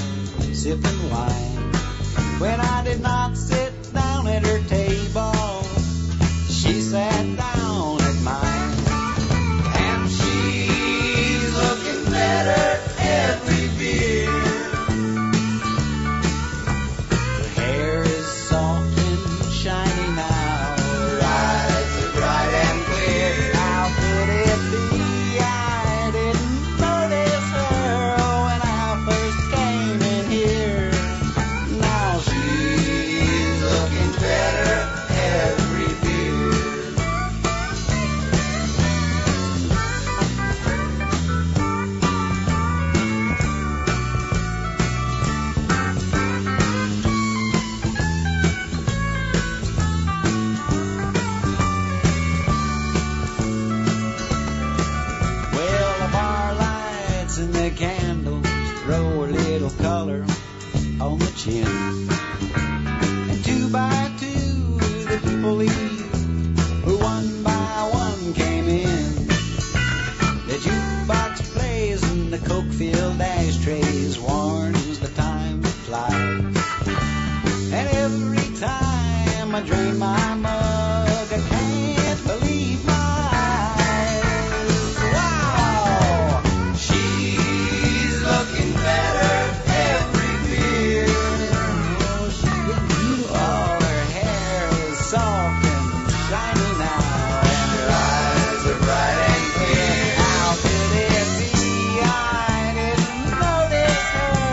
sipping wine. When I did not sit down at her table, she sat down at mine. And she's looking better every year. Her hair is soft and shiny now. Her eyes are bright and clear. How could it be I didn't notice her when I first came in here? Now she's looking better every year. Well, the bar lights and the candles throw a little color on the chin. And two by two, the people leave, who one by one came in. The jukebox plays and the coke-filled ashtrays warns the time to fly. And every time I drain my mug, I can't believe my eyes. Wow! She's looking better every year. Oh, she's getting beautiful. Oh, her hair is soft and shiny now. And her eyes are bright and clear. How could it be I didn't notice her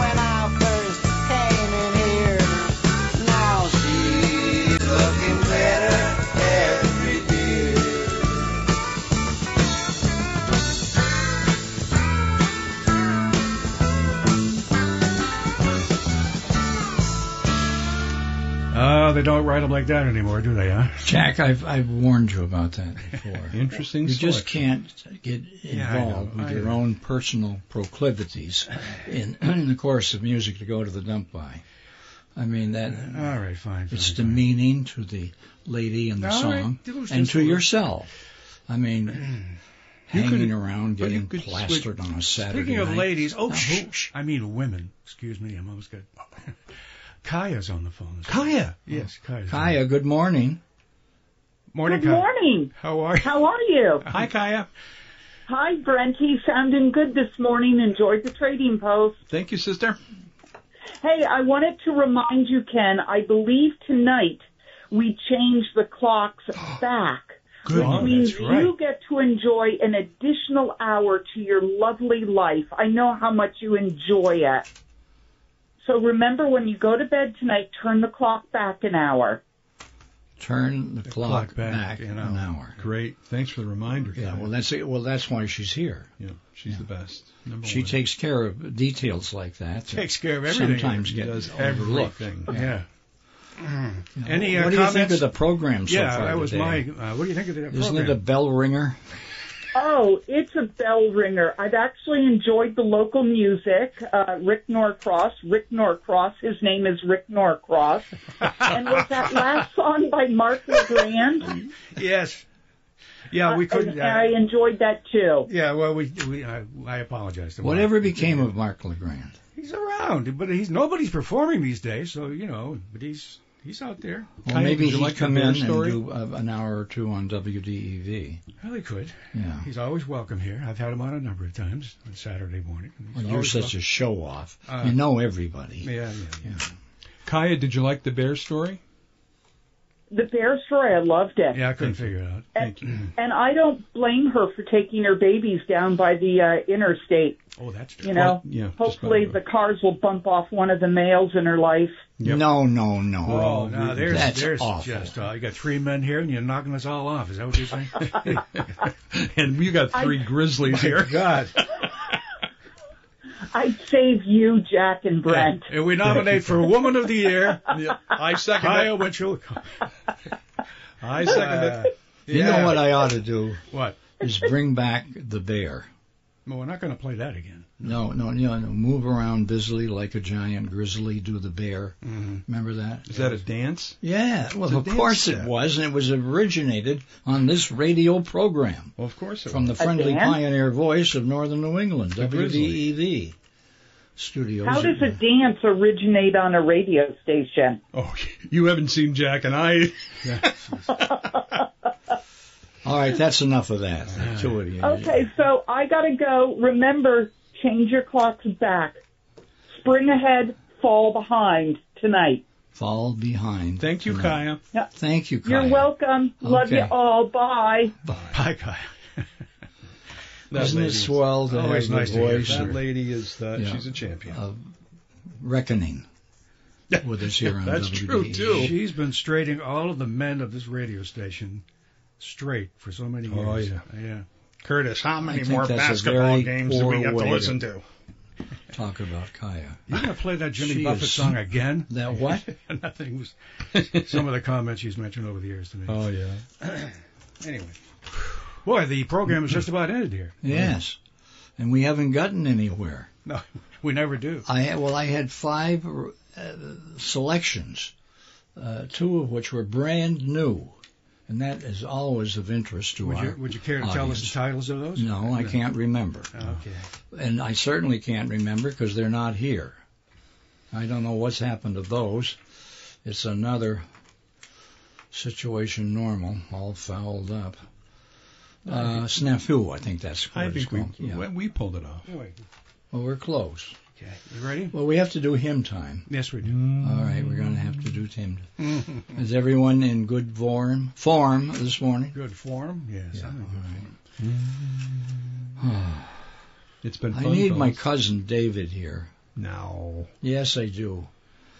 when I first came in here? Now she's looking better every day.
Oh, they don't write them like that anymore, do they, huh?
Jack, I've, I've warned you about that before.
Interesting.
You just
selection.
can't get
Yeah, I know,
involved with
I
your
know.
own personal proclivities in, (clears throat) in the course of music to go to the dump by. I mean that
All right, fine.
it's
fine, fine.
demeaning to the lady and the
All right,
song
do
and
just
to
a little-
yourself. I
(clears throat)
mean, hanging
could-
around
but you
getting
could switch-
plastered on a Saturday
Speaking of
night.
ladies, oh,
Now,
shh,
who-
shh, I mean women. Excuse me, I'm almost good. (laughs) Kaya's on the phone. this morning.
Kaya.
Yes, Kaya's on
Kaya, good morning.
the- Morning,
Good
Kaya.
morning.
How are you?
How are you?
Hi, Kaya.
Hi, Brenty. Sounding good this morning. Enjoyed the trading post.
Thank you, sister.
Hey, I wanted to remind you, Ken, I believe tonight we change
(gasps)
the clocks back.
Good.
Oh,
means
that's right.
you get to enjoy an additional hour to your lovely life. I know how much you enjoy it. So remember when you go to bed tonight, turn the clock back an hour.
Turn the, clock,
clock back
back,
an
an
hour.
hour.
Great. Thanks for the reminder.
Yeah, well that's it. well that's why she's here.
Yeah, she's the best. Number
She
one.
takes care of details like that.
Takes care of everything.
Sometimes
She
get
does
overlooked.
everything.
Yeah. Any uh,
Mm. What do you
comments?
think of the program so
yeah,
far
that was
today?
my. Uh, what do you think of the
Isn't
program?
it a bell ringer?
Oh, it's a bell ringer. I've actually enjoyed the local music. Uh, Rick Norcross, Rick Norcross, his name is Rick Norcross. and was that last song by Mark LeGrand?
yes. Yeah, we couldn't.
And
uh,
I enjoyed that too.
Yeah, well, we, we I, I apologize. To Mark.
Whatever became of Mark Legrand?
he's around, but he's nobody's performing these days, so you know. But he's He's out there.
Well,
Coyote,
maybe
would you
he'd
like to
come
hear a
in
story?
and do uh, an hour or two on E WDEV.
Well, he could.
Yeah.
He's always welcome here. I've had him on a number of times on Saturday morning. He's
Well, you're
always
such a show off.
Uh,
you know everybody.
welcome. Yeah, yeah.
Kaya, did you like the bear story?
The bear story, I loved it.
Yeah, I couldn't figure it out.
Thank you.
And I don't blame her for taking her babies down by the uh, interstate.
Oh, that's
You know,
Well, yeah, just by
hopefully the cars will bump off one of the males in her life.
No, no, no.
Oh, no, there's,
That's
there's
awful.
just, uh, you got three men here and you're knocking us all off. Is that what you're saying?
(laughs)
(laughs)
(laughs)
And we got three grizzlies here.
God.
I'd save you, Jack and Brent.
And we nominate for Woman of the (laughs) Year,
I second
Kaya Winchell.
I second it.
Uh,
You
yeah.
know what I ought to do
What?
is bring back the bear.
Well, we're not going to play that again.
No, no, no, no. Move around busily like a giant grizzly. Do the bear. Remember that?
Mm-hmm. Is that a dance?
Yeah.
a
Well, of
dance
course
step.
it was, and it was originated on this radio program
Well, of course it
from the
was.
friendly
dance?
pioneer voice of northern New England,
grizzly.
WDEV studios.
How does a dance originate on a radio station?
Oh, (laughs) you haven't seen Jack and I.
All right, that's enough of that. The two of you.
Okay, so I gotta go. Remember, change your clocks back. Spring ahead, fall behind tonight.
Fall behind.
Thank you,
No.
Kaya.
Thank you, Kaya.
You're welcome. Love you
Okay.
all. Bye.
Bye, Kaya.
That
Isn't
lady
it
is-
swell to
always
have the
nice to hear
voice
That
of
lady is the,
Yeah.
she's a champion.
Uh, reckoning with us here on E.
That's
WDEV.
true, too.
She's been straighting all of the men of this radio station straight for so many years.
Oh, yeah.
Yeah.
Curtis, how many
think
more
that's a
basketball
very
games do
poor
we have
way
to
to-
listen to?
Talk about Kaya.
You gonna play that Jimmy
She
Buffett
is-
song again?
That what?
(laughs) Nothing was some of the comments she's mentioned over the years to me.
Oh yeah.
Anyway, boy, the program is just about ended here.
yes. And we haven't gotten anywhere.
No, we never do.
I had- well, I had five uh, selections, uh, two of which were brand new, and that is always of interest to
Would
our
you, would you care to tell
audience.
us the titles of those?
No, I can't remember,
Okay.
and I certainly can't remember because they're not here. I don't know what's happened to those. It's another situation normal, all fouled up. Uh, snafu, I think that's what
I
it's
think we
called. yeah.
we- we pulled it off.
Anyway,
Well, we're close.
okay. You ready?
Well, we have to do hymn time.
Yes, we do.
All right, we're going to have to do Tim. Is everyone in good form form this morning?
(laughs) Good form. Yes.
Yeah,
I'm in
all
good
right.
form.
It's been.
I
fun,
need my
fellas.
cousin David here.
No,
Yes, I do.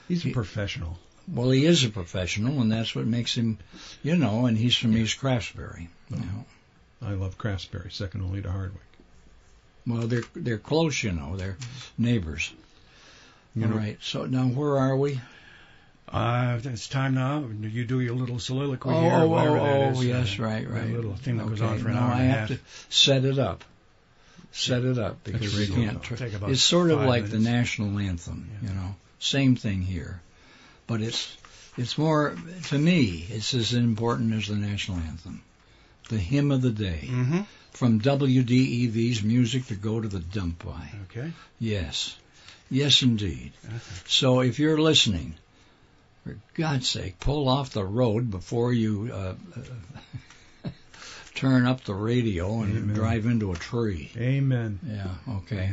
he's a
He-
professional.
Well, he is a professional, and that's what makes him, you know. And he's from East Craftsbury. You know.
I love Craftsberry, second only to Hardwick.
Well, they're they're close, you know. They're neighbors.
You
all
know-
right. So now, where are we?
Uh, it's time now. You do your little soliloquy
oh,
here, or
oh,
whatever that
oh,
is.
oh, yes,
Uh,
right,
that
right.
little thing that goes on
Okay,
for an
no,
hour and
I
a
have
half.
to set it up. Set it up because we
really
can't.
don't take about
it's sort of
five
like the
minutes.
national anthem,
Yeah.
you know. Same thing here, but it's it's more to me. It's as important as the national anthem, the hymn of the day
Mm-hmm.
from WDEV's music to go to the dump by.
Okay.
Yes. Yes, indeed. So if you're listening, for God's sake, pull off the road before you uh, uh, (laughs) turn up the radio and
Amen.
drive into a tree.
Amen.
Yeah, okay.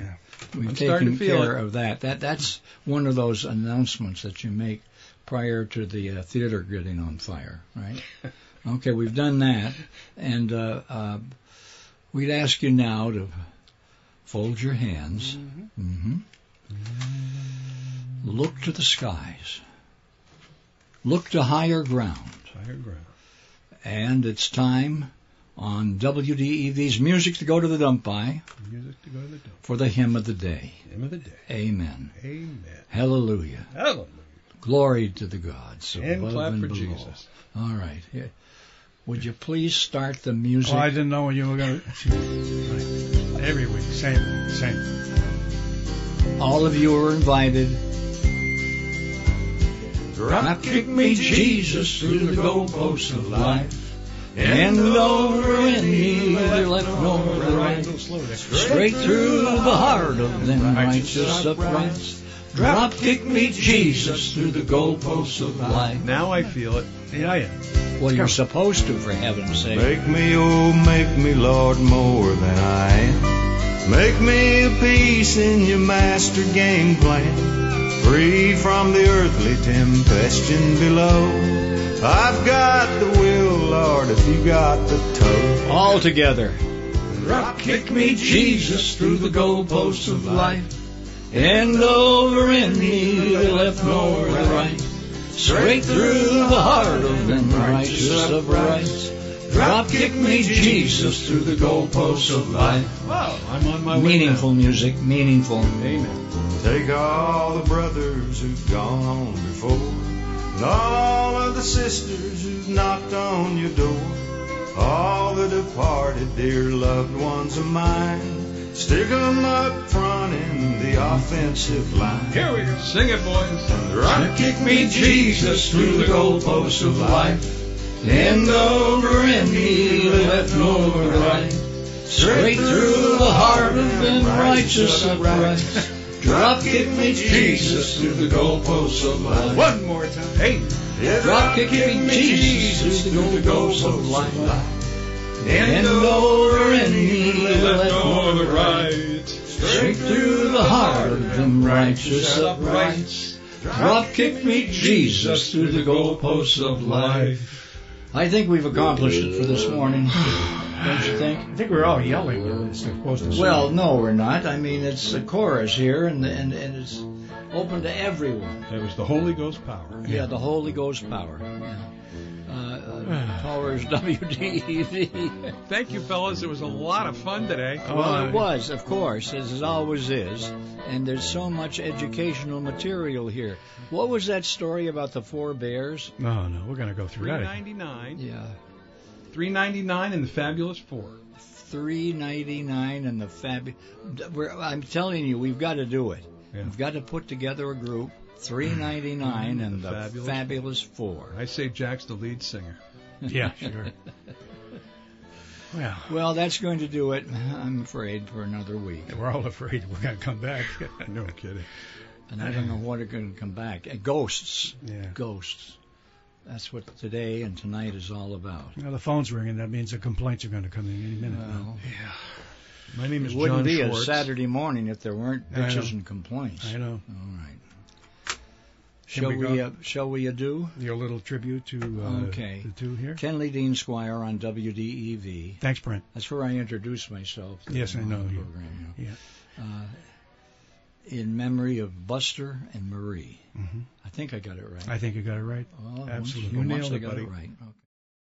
We've
I'm starting
taken
to feel
care
it.
of that. that. That's one of those announcements that you make prior to the uh, theater getting on fire,
(laughs)
right? okay, we've done that. And uh, uh, we'd ask you now to fold your hands.
Mm-hmm.
hmm Look to the skies. Look to higher ground.
Higher ground.
And it's time on WDEV's music to go to the dump by
Music to go to the dump.
for the hymn of the day.
End of the day.
Amen.
Amen.
Hallelujah.
Hallelujah.
Glory to the gods. of
And
above
clap
and
for
below.
Jesus.
All right. Yeah. Would you please start the music?
Oh, I didn't know when you were (laughs) going to. Every week,
(laughs)
same, same.
All of you are invited. Drop kick me, Jesus, through the goalposts of life. And over and neither left nor right.
Slow there.
Straight through the heart of them righteous uprights.
Drop kick me, Jesus, through the goalposts of life.
Now I feel it. Yeah, I am.
Well, you're supposed to, for heaven's sake.
Make me, oh, make me, Lord, more than I am. Make me a piece in your master game plan, free from the earthly temptation below. I've got the will, Lord, if you got the toe.
All together.
Drop kick me, Jesus, through the goalposts of life. End over in me, left nor right. Straight through the heart of them righteous uprights. Drop kick me, Jesus, through the goalposts of life.
Wow, I'm on my way now.
Meaningful music, meaningful.
Amen.
Take all the brothers who've gone on before, and all of the sisters who've knocked on your door, all the departed dear loved ones of mine. Stick 'em up front in the offensive line.
Here we go. Sing it, boys.
Rock
Kick me, Jesus, through the goalposts of life. End over in me, left nor right. Straight through the heart of them righteous uprights. Drop kick me, Jesus, through the goalposts of life.
One more time. Hey,
Drop kick me, Jesus, through the goalposts of life. End over in me, left nor right. Straight through the heart of them righteous uprights. Drop kick me, Jesus, through the goalposts of life.
I think we've accomplished it for this
(sighs)
morning. Don't you think?
I think we're all yelling when it's supposed to.
Well, no, we're not. I mean, it's a chorus here, and and, and it's open to everyone.
That was the Holy Ghost power.
Yeah, the Holy Ghost power. Yeah. Uh, uh, power is E WDEV.
Thank you, fellas. It was a lot of fun today.
Well, it was, of course, as it always is. And there's so much educational material here. What was that story about the four bears?
no, no, we're gonna go through that.
399
Yeah,
399 and the Fabulous Four.
three ninety nine and the fab. We're, I'm telling you, we've got to do it.
Yeah. Mm-hmm.
We've got to put together a group. Three ninety nine and the
Fabulous-
fabulous, four.
I say Jack's the lead singer. (laughs)
Yeah, sure. Well,
Well, that's going to do it. I'm afraid for another week.
(laughs) we're all afraid we're gonna come back.
No kidding.
And I don't know what are going to come back. Uh, ghosts.
Yeah.
Ghosts. That's what today and tonight is all about.
Now the phone's ringing. That means the complaints are gonna come in any minute.
Well,
My name is
it wouldn't
John
be
Schwartz.
a Saturday morning if there weren't
I know.
bitches and complaints.
I
All
know.
right. Shall
we
we,
go-
uh, shall we ado?
Your little tribute to uh,
Okay.
the two here.
Kenley Dean Squire on WDEV.
Thanks, Brent.
That's where I introduced myself. to
Yes, I
them on
know
the
you.
program,
Yeah.
Uh, in memory of Buster and Marie.
Mhm.
I think I got it right.
I think you got it right.
Oh,
absolutely.
You
You
nailed
nailed
I
it,
got
buddy.
it right. Okay.